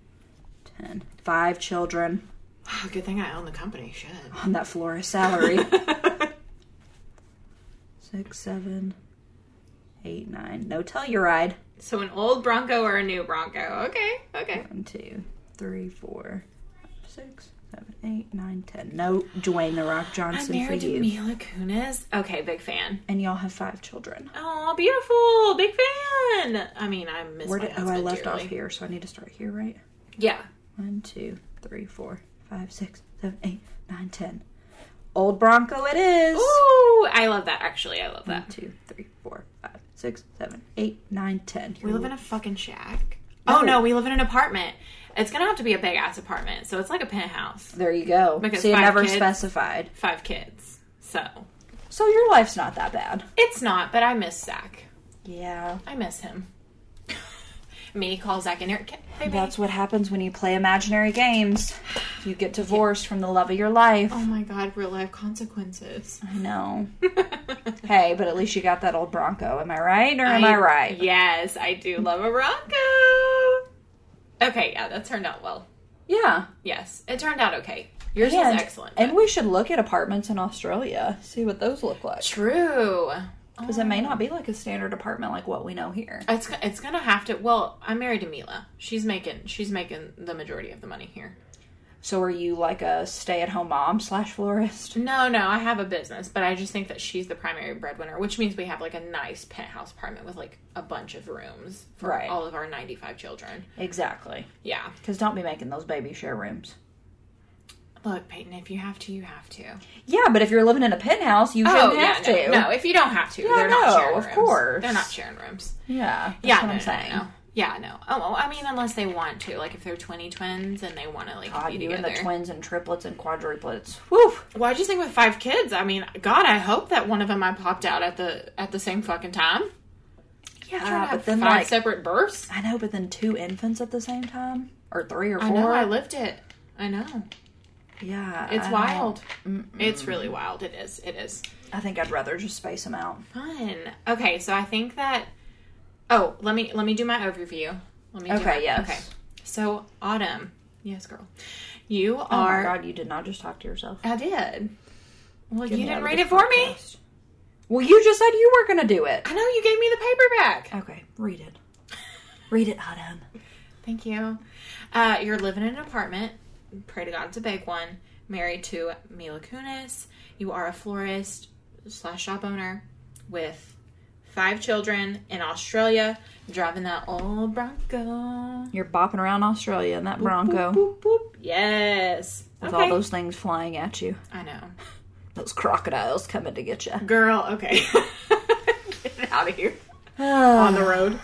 [SPEAKER 2] ten. Five children
[SPEAKER 1] <laughs> Wow, good thing I own the company. Shit.
[SPEAKER 2] on that florist salary. Six, seven, eight, nine. No Telluride.
[SPEAKER 1] <laughs> So an old Bronco or a new Bronco? Okay, okay.
[SPEAKER 2] One, two, three, four, five, six, seven, eight, nine, ten. No Dwayne the Rock
[SPEAKER 1] I'm
[SPEAKER 2] Johnson for
[SPEAKER 1] married to
[SPEAKER 2] you.
[SPEAKER 1] Mila Kunis. Okay, big fan.
[SPEAKER 2] And y'all have five children.
[SPEAKER 1] Oh, beautiful, big fan. I mean, I miss
[SPEAKER 2] Where
[SPEAKER 1] my
[SPEAKER 2] did, oh,
[SPEAKER 1] husband
[SPEAKER 2] I left
[SPEAKER 1] dearly.
[SPEAKER 2] off here, so I need to start here, right?
[SPEAKER 1] Yeah.
[SPEAKER 2] One, two, three, four, five, six, seven, eight, nine, ten. Old Bronco it is.
[SPEAKER 1] Ooh, I love that. Actually, I love
[SPEAKER 2] One,
[SPEAKER 1] that.
[SPEAKER 2] two, three, four, five, six, seven, eight, nine, ten.
[SPEAKER 1] We live in a fucking shack. Oh no, we live in an apartment. It's gonna have to be a big ass apartment, so it's like a penthouse.
[SPEAKER 2] there you go.
[SPEAKER 1] Because
[SPEAKER 2] See, it
[SPEAKER 1] five
[SPEAKER 2] never
[SPEAKER 1] kids.
[SPEAKER 2] specified.
[SPEAKER 1] Five kids, so
[SPEAKER 2] So your life's not that bad.
[SPEAKER 1] it's not. But I miss Zach.
[SPEAKER 2] Yeah.
[SPEAKER 1] I miss <laughs> him. Me call Zach and Eric. Hey, babe.
[SPEAKER 2] That's what happens when you play imaginary games. You get divorced from the love of your life.
[SPEAKER 1] Oh my god, real life <laughs> consequences.
[SPEAKER 2] I know. <laughs> hey, but at least you got that old Bronco. Am I right or am I, right?
[SPEAKER 1] Yes, I do love a Bronco. Okay, yeah, that turned out well.
[SPEAKER 2] Yeah.
[SPEAKER 1] Yes, it turned out okay. Yours
[SPEAKER 2] And,
[SPEAKER 1] was excellent.
[SPEAKER 2] and we should look at apartments in Australia, see what those look like.
[SPEAKER 1] True.
[SPEAKER 2] Because it may not be like a standard apartment like what we know here.
[SPEAKER 1] It's it's gonna have to. Well, I'm married to Mila. She's making she's making the majority of the money here.
[SPEAKER 2] So are you like a stay at home mom slash florist?
[SPEAKER 1] No, no, I have a business, but I just think that she's the primary breadwinner, which means we have like a nice penthouse apartment with like a bunch of rooms for
[SPEAKER 2] Right.
[SPEAKER 1] all of our 95 children.
[SPEAKER 2] Exactly.
[SPEAKER 1] Yeah.
[SPEAKER 2] Because don't be making those baby share rooms.
[SPEAKER 1] Look, Peyton, if you have to, you have to.
[SPEAKER 2] Yeah, but if you're living in a penthouse, you shouldn't have
[SPEAKER 1] Oh, yeah,
[SPEAKER 2] to.
[SPEAKER 1] No, no, if you don't have to,
[SPEAKER 2] Yeah,
[SPEAKER 1] they're not
[SPEAKER 2] no,
[SPEAKER 1] sharing
[SPEAKER 2] of
[SPEAKER 1] rooms.
[SPEAKER 2] course.
[SPEAKER 1] They're not sharing rooms.
[SPEAKER 2] Yeah, that's
[SPEAKER 1] yeah,
[SPEAKER 2] what
[SPEAKER 1] no,
[SPEAKER 2] I'm
[SPEAKER 1] no,
[SPEAKER 2] saying.
[SPEAKER 1] No, no. Yeah, no. Oh, well, I mean, unless they want to. Like, if they're 20 twins and they want to, like,
[SPEAKER 2] God,
[SPEAKER 1] be
[SPEAKER 2] you and
[SPEAKER 1] together.
[SPEAKER 2] the twins and triplets and quadruplets. Whew.
[SPEAKER 1] Well, I just think with five kids, I mean, God, I hope that one of them I popped out at the at the same fucking time. Uh,
[SPEAKER 2] Yeah,
[SPEAKER 1] Trying to
[SPEAKER 2] but
[SPEAKER 1] have
[SPEAKER 2] then
[SPEAKER 1] five
[SPEAKER 2] like
[SPEAKER 1] separate births.
[SPEAKER 2] I know, but then two infants at the same time or three or four.
[SPEAKER 1] I know, I lived it. I know.
[SPEAKER 2] yeah,
[SPEAKER 1] It's
[SPEAKER 2] I don't-
[SPEAKER 1] wild. It's really wild. It is. It is.
[SPEAKER 2] I think I'd rather just space them out.
[SPEAKER 1] Fun. Okay, so I think that Oh, let me let me do my overview. Let me do
[SPEAKER 2] Okay,
[SPEAKER 1] my-
[SPEAKER 2] yes.
[SPEAKER 1] Okay. So, Autumn. Yes, girl. You
[SPEAKER 2] Oh
[SPEAKER 1] are
[SPEAKER 2] my god, you did not just talk to yourself.
[SPEAKER 1] I did. Well,
[SPEAKER 2] Get
[SPEAKER 1] you
[SPEAKER 2] me out
[SPEAKER 1] didn't
[SPEAKER 2] of
[SPEAKER 1] read
[SPEAKER 2] this
[SPEAKER 1] it for me.
[SPEAKER 2] podcast. Well, you just said you were gonna do it.
[SPEAKER 1] I know you gave me the paperback.
[SPEAKER 2] Okay, read it. Read it, Adam.
[SPEAKER 1] Thank you. Uh, you're living in an apartment. Pray to God it's a big one. Married to Mila Kunis. You are a florist slash shop owner with five children in Australia, driving that old Bronco.
[SPEAKER 2] You're bopping around Australia in that Bronco
[SPEAKER 1] Boop, boop. Yes.
[SPEAKER 2] with
[SPEAKER 1] Okay.
[SPEAKER 2] all those things flying at you.
[SPEAKER 1] I know.
[SPEAKER 2] Those crocodiles coming to get <sighs> you.
[SPEAKER 1] Girl, okay. <laughs> Get out of here. On
[SPEAKER 2] <sighs>
[SPEAKER 1] the road.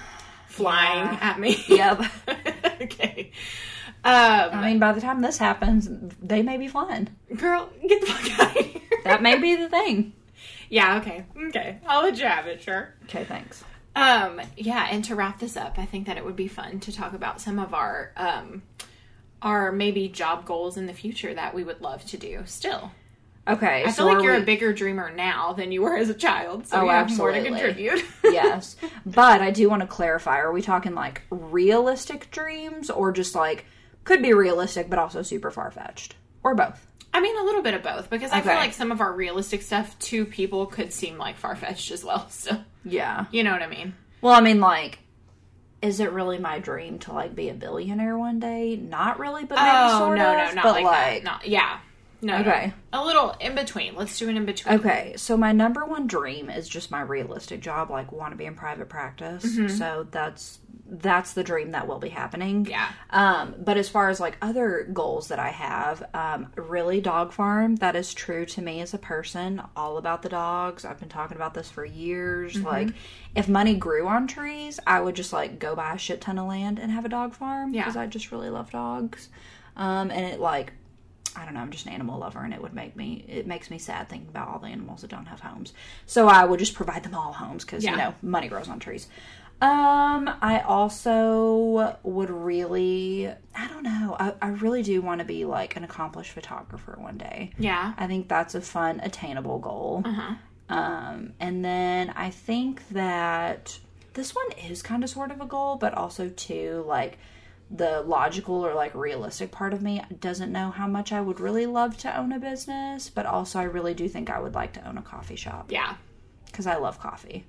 [SPEAKER 1] Flying at me.
[SPEAKER 2] Yep.
[SPEAKER 1] <laughs> okay. Um,
[SPEAKER 2] I mean, by the time this happens, they may be flying.
[SPEAKER 1] girl, get the fuck out of here.
[SPEAKER 2] That may be the thing.
[SPEAKER 1] Yeah, okay. Okay. I'll let you have it, sure.
[SPEAKER 2] Okay, thanks.
[SPEAKER 1] Um, yeah, and to wrap this up, I think that it would be fun to talk about some of our um our maybe job goals in the future that we would love to do still.
[SPEAKER 2] Okay,
[SPEAKER 1] I feel like you're a bigger dreamer now than you were as a child, so
[SPEAKER 2] Oh,
[SPEAKER 1] you have more
[SPEAKER 2] absolutely.
[SPEAKER 1] to <laughs> contribute.
[SPEAKER 2] <laughs> yes, but I do want to clarify: Are we talking like realistic dreams, or just like could be realistic but also super far fetched, or both?
[SPEAKER 1] I mean a little bit of both because I feel
[SPEAKER 2] Okay.
[SPEAKER 1] like some of our realistic stuff to people could seem like far fetched as well. <laughs> So
[SPEAKER 2] Yeah.
[SPEAKER 1] you know what I mean.
[SPEAKER 2] Well, I mean, like, is it really my dream to like be a billionaire one day? Not really, but maybe
[SPEAKER 1] Oh
[SPEAKER 2] sort
[SPEAKER 1] no,
[SPEAKER 2] of.
[SPEAKER 1] no, not
[SPEAKER 2] but
[SPEAKER 1] like, that. Not yeah. No,
[SPEAKER 2] Okay.
[SPEAKER 1] okay. A little in between. Let's do an in between.
[SPEAKER 2] Okay, so my number one dream is just my realistic job, like want to be in private practice.
[SPEAKER 1] Mm-hmm.
[SPEAKER 2] So that's that's the dream that will be happening.
[SPEAKER 1] Yeah.
[SPEAKER 2] Um, but as far as like other goals that I have, um, really dog farm. That is true to me as a person. All about the dogs. I've been talking about this for years.
[SPEAKER 1] Mm-hmm.
[SPEAKER 2] Like, if money grew on trees, I would just like go buy a shit ton of land and have a dog farm.
[SPEAKER 1] Yeah.
[SPEAKER 2] Because I just really love dogs. Um, and it like I don't know, I'm just an animal lover and it would make me, it makes me sad thinking about all the animals that don't have homes. So I would just provide them all homes because,
[SPEAKER 1] Yeah.
[SPEAKER 2] you know, money grows on trees. Um, I also would really, I don't know, I, I really do want to be like an accomplished photographer one day.
[SPEAKER 1] Yeah.
[SPEAKER 2] I think that's a fun, attainable goal. Um, and then I think that this one is kind of sort of a goal, but also too like the logical or like realistic part of me doesn't know how much I would really love to own a business, but also I really do think I would like to own a coffee shop
[SPEAKER 1] Yeah.
[SPEAKER 2] because I love coffee,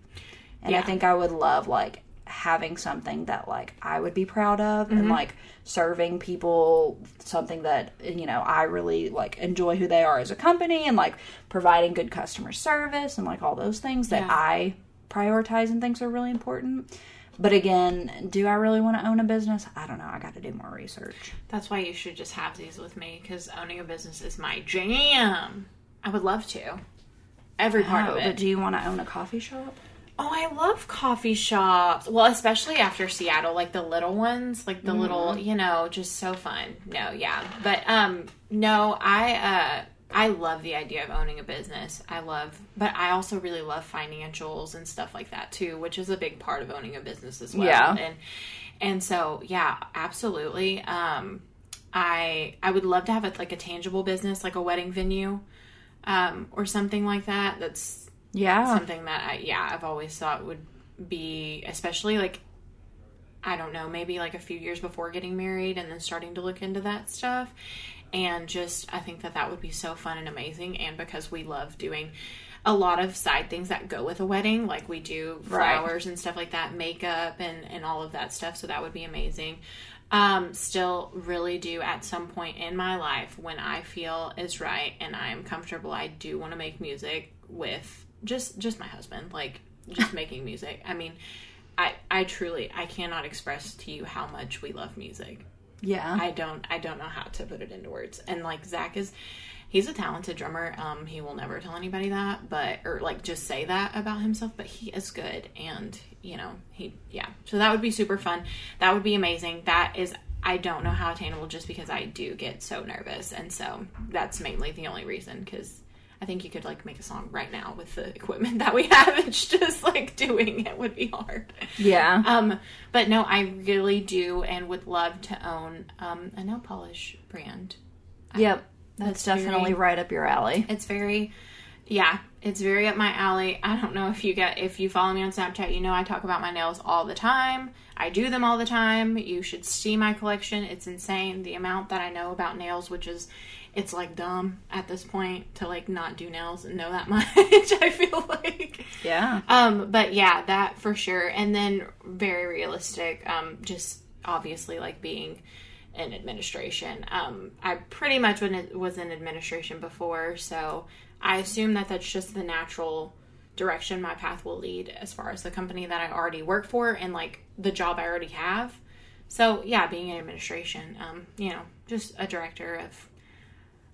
[SPEAKER 2] and I
[SPEAKER 1] Yeah.
[SPEAKER 2] think I would love like having something that like I would be proud of
[SPEAKER 1] Mm-hmm.
[SPEAKER 2] and like serving people something that you know I really like enjoy who they are as a company and like providing good customer service and like all those things that
[SPEAKER 1] Yeah.
[SPEAKER 2] I prioritize and things are really important. But again, do I really want to own a business? I don't know. I got to do more research.
[SPEAKER 1] That's why you should just have these with me because owning a business is my jam. I would love to. Every part
[SPEAKER 2] Oh,
[SPEAKER 1] of
[SPEAKER 2] but
[SPEAKER 1] it.
[SPEAKER 2] do you want to own a coffee shop?
[SPEAKER 1] Oh, I love coffee shops. Well, especially after Seattle, like the little ones, like the little, you know, just so fun. No, yeah. But um no, I uh I love the idea of owning a business. I love, but I also really love financials and stuff like that too, which is a big part of owning a business as well.
[SPEAKER 2] Yeah.
[SPEAKER 1] And and so, yeah, absolutely. Um I I would love to have a, like a tangible business, like a wedding venue um or something like that. That's
[SPEAKER 2] Yeah.
[SPEAKER 1] something that I yeah I've always thought would be especially like I don't know maybe like a few years before getting married and then starting to look into that stuff and just I think that that would be so fun and amazing and because we love doing a lot of side things that go with a wedding like we do
[SPEAKER 2] Right.
[SPEAKER 1] flowers and stuff like that makeup and and all of that stuff so that would be amazing um still really do at some point in my life when i feel is right and i'm comfortable i do want to make music with just just my husband like just making music i mean i i truly i cannot express to you how much we love music
[SPEAKER 2] Yeah.
[SPEAKER 1] I don't I don't know how to put it into words. And like Zach is he's a talented drummer. Um he will never tell anybody that, but or like just say that about himself, but he is good and you know, he yeah. So that would be super fun. That would be amazing. That is I don't know how attainable just because I do get so nervous. And so that's mainly the only reason cuz I think you could like make a song right now with the equipment <laughs> that we have. It's just like doing it would be hard.
[SPEAKER 2] Yeah.
[SPEAKER 1] Um, but no, I really do and would love to own um, a nail polish brand.
[SPEAKER 2] yep. That's,
[SPEAKER 1] That's
[SPEAKER 2] definitely
[SPEAKER 1] very-
[SPEAKER 2] right up your alley.
[SPEAKER 1] It's very, yeah, it's very up my alley. I don't know if you get if you follow me on Snapchat, you know I talk about my nails all the time. I do them all the time. You should see my collection. It's insane the amount that I know about nails, which is it's like dumb at this point to like not do nails and know that <laughs> much. I feel like
[SPEAKER 2] Yeah.
[SPEAKER 1] um, but yeah, that for sure. And then very realistic, um, just obviously like being in administration. Um, I pretty much when it was in administration before, so I assume that that's just the natural direction my path will lead as far as the company that I already work for and like the job I already have. So yeah, being in administration, um, you know, just a director of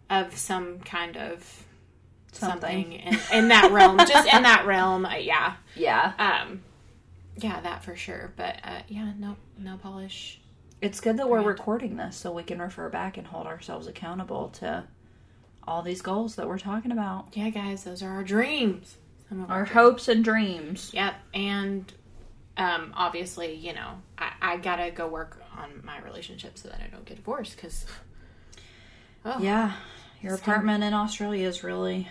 [SPEAKER 1] of some kind of something,
[SPEAKER 2] Something.
[SPEAKER 1] in, in that realm. just in that realm, uh, yeah,
[SPEAKER 2] Yeah.
[SPEAKER 1] um, yeah, that for sure. But uh, yeah, no, no polish.
[SPEAKER 2] It's good that we're
[SPEAKER 1] Right.
[SPEAKER 2] recording this so we can refer back and hold ourselves accountable to all these goals that we're talking about.
[SPEAKER 1] Yeah, guys, those are our dreams. Some of
[SPEAKER 2] Our
[SPEAKER 1] dreams.
[SPEAKER 2] hopes and dreams.
[SPEAKER 1] Yep, and um, obviously, you know, I, I gotta go work on my relationship so that I don't get divorced. Because oh,
[SPEAKER 2] Yeah. Your apartment in Australia is really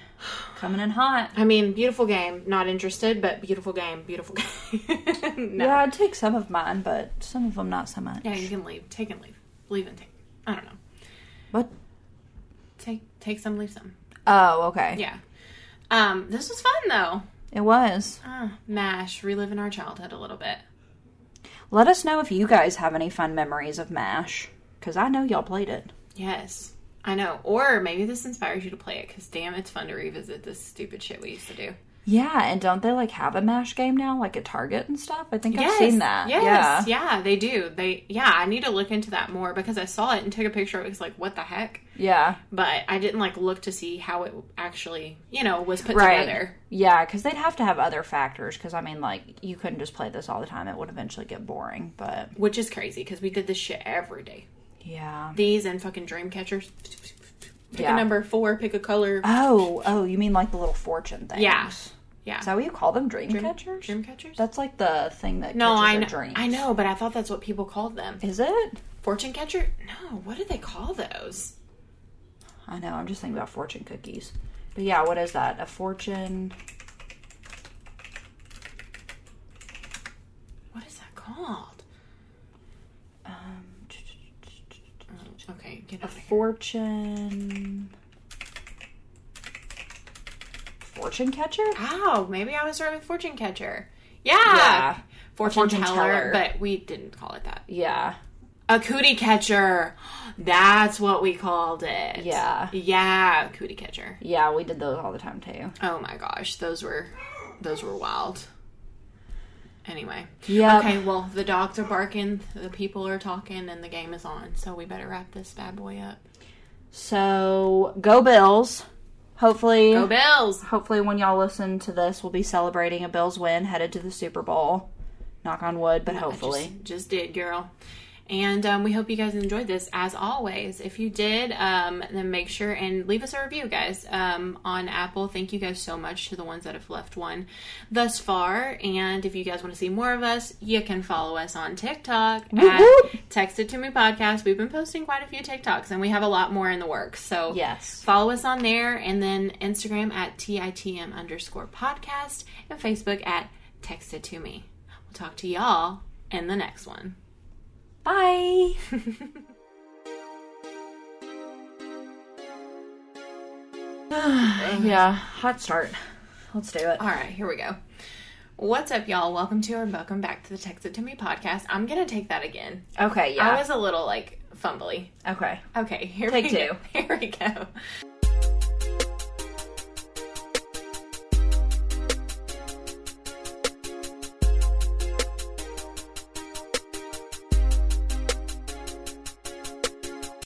[SPEAKER 2] coming in hot.
[SPEAKER 1] I mean, beautiful game. Not interested, but beautiful game. Beautiful <laughs> game. no.
[SPEAKER 2] Yeah,
[SPEAKER 1] Yeah.
[SPEAKER 2] I'd take some of mine, but some of them not so much.
[SPEAKER 1] you can leave. Take and leave. Leave and take. I don't know.
[SPEAKER 2] But
[SPEAKER 1] Take take some, leave some.
[SPEAKER 2] oh, okay.
[SPEAKER 1] Yeah. Um, this was fun though.
[SPEAKER 2] It was.
[SPEAKER 1] Ah, Mash, reliving our childhood a little bit.
[SPEAKER 2] Let us know if you guys have any fun memories of MASH, because I know y'all played it.
[SPEAKER 1] Yes. I know. Or maybe this inspires you to play it because damn, it's fun to revisit this stupid shit we used to do.
[SPEAKER 2] Yeah, and don't they like have a MASH game now, like at Target and stuff? I think I've seen that.
[SPEAKER 1] Yes.
[SPEAKER 2] Yeah.
[SPEAKER 1] Yeah. they do. They, yeah, I need to look into that more because I saw it and took a picture. It was like, what the heck?
[SPEAKER 2] Yeah.
[SPEAKER 1] But I didn't like look to see how it actually, you know, was put
[SPEAKER 2] Right.
[SPEAKER 1] together.
[SPEAKER 2] Yeah, because they'd have to have other factors. Because I mean, like you couldn't just play this all the time; it would eventually get boring. But
[SPEAKER 1] Which is crazy because we did this shit every day.
[SPEAKER 2] yeah.
[SPEAKER 1] These and fucking dream catchers. Pick
[SPEAKER 2] Yeah.
[SPEAKER 1] a number four, pick a color.
[SPEAKER 2] Oh, oh, you mean like the little fortune things?
[SPEAKER 1] Yeah.
[SPEAKER 2] Is
[SPEAKER 1] yeah.
[SPEAKER 2] that what you call them? Dream,
[SPEAKER 1] dream
[SPEAKER 2] catchers?
[SPEAKER 1] Dream catchers?
[SPEAKER 2] That's like the thing that
[SPEAKER 1] no,
[SPEAKER 2] catches
[SPEAKER 1] I
[SPEAKER 2] their
[SPEAKER 1] know.
[SPEAKER 2] dreams.
[SPEAKER 1] I know, but I thought that's what people called them.
[SPEAKER 2] Is it?
[SPEAKER 1] Fortune catcher? No, what do they call those?
[SPEAKER 2] I know. I'm just thinking about fortune cookies. But yeah, what is that? A fortune?
[SPEAKER 1] What is that called?
[SPEAKER 2] Um,
[SPEAKER 1] Okay, get
[SPEAKER 2] a
[SPEAKER 1] out of here.
[SPEAKER 2] fortune? Fortune catcher?
[SPEAKER 1] Oh, maybe I was right with fortune catcher. Yeah.
[SPEAKER 2] Yeah.
[SPEAKER 1] Fortune,
[SPEAKER 2] fortune
[SPEAKER 1] teller,
[SPEAKER 2] teller.
[SPEAKER 1] but we didn't call it that.
[SPEAKER 2] Yeah.
[SPEAKER 1] A cootie catcher. <gasps> That's what we called it.
[SPEAKER 2] Yeah.
[SPEAKER 1] Yeah, cootie catcher.
[SPEAKER 2] Yeah, we did those all the time too.
[SPEAKER 1] Oh my gosh, those were those were wild. Anyway.
[SPEAKER 2] Yep.
[SPEAKER 1] Okay, well, the dogs are barking, the people are talking, and the game is on, so we better wrap this bad boy up.
[SPEAKER 2] So go Bills. Hopefully
[SPEAKER 1] Go Bills!
[SPEAKER 2] hopefully when y'all listen to this we'll be celebrating a Bills win headed to the Super Bowl. Knock on wood, but hopefully.
[SPEAKER 1] Just, just did, girl. And um, we hope you guys enjoyed this. As always, if you did, um, then make sure and leave us a review, guys, um, on Apple. Thank you guys so much to the ones that have left one thus far. And if you guys want to see more of us, you can follow us on TikTok at
[SPEAKER 2] whoop.
[SPEAKER 1] Text It To Me Podcast. We've been posting quite a few TikToks, and we have a lot more in the works. So
[SPEAKER 2] Yes.
[SPEAKER 1] follow us on there, and then Instagram at TITM underscore podcast, and Facebook at Text It To Me. We'll talk to y'all in the next one.
[SPEAKER 2] Bye. <laughs> yeah, hot start. Let's do it.
[SPEAKER 1] All right, here we go. What's up, y'all? Welcome to or welcome back to the Text It To Me podcast. I'm going to take that again.
[SPEAKER 2] Okay,
[SPEAKER 1] I
[SPEAKER 2] yeah.
[SPEAKER 1] was a little like fumbly.
[SPEAKER 2] Okay.
[SPEAKER 1] Okay, <laughs> here
[SPEAKER 2] Take
[SPEAKER 1] we go. Here we go.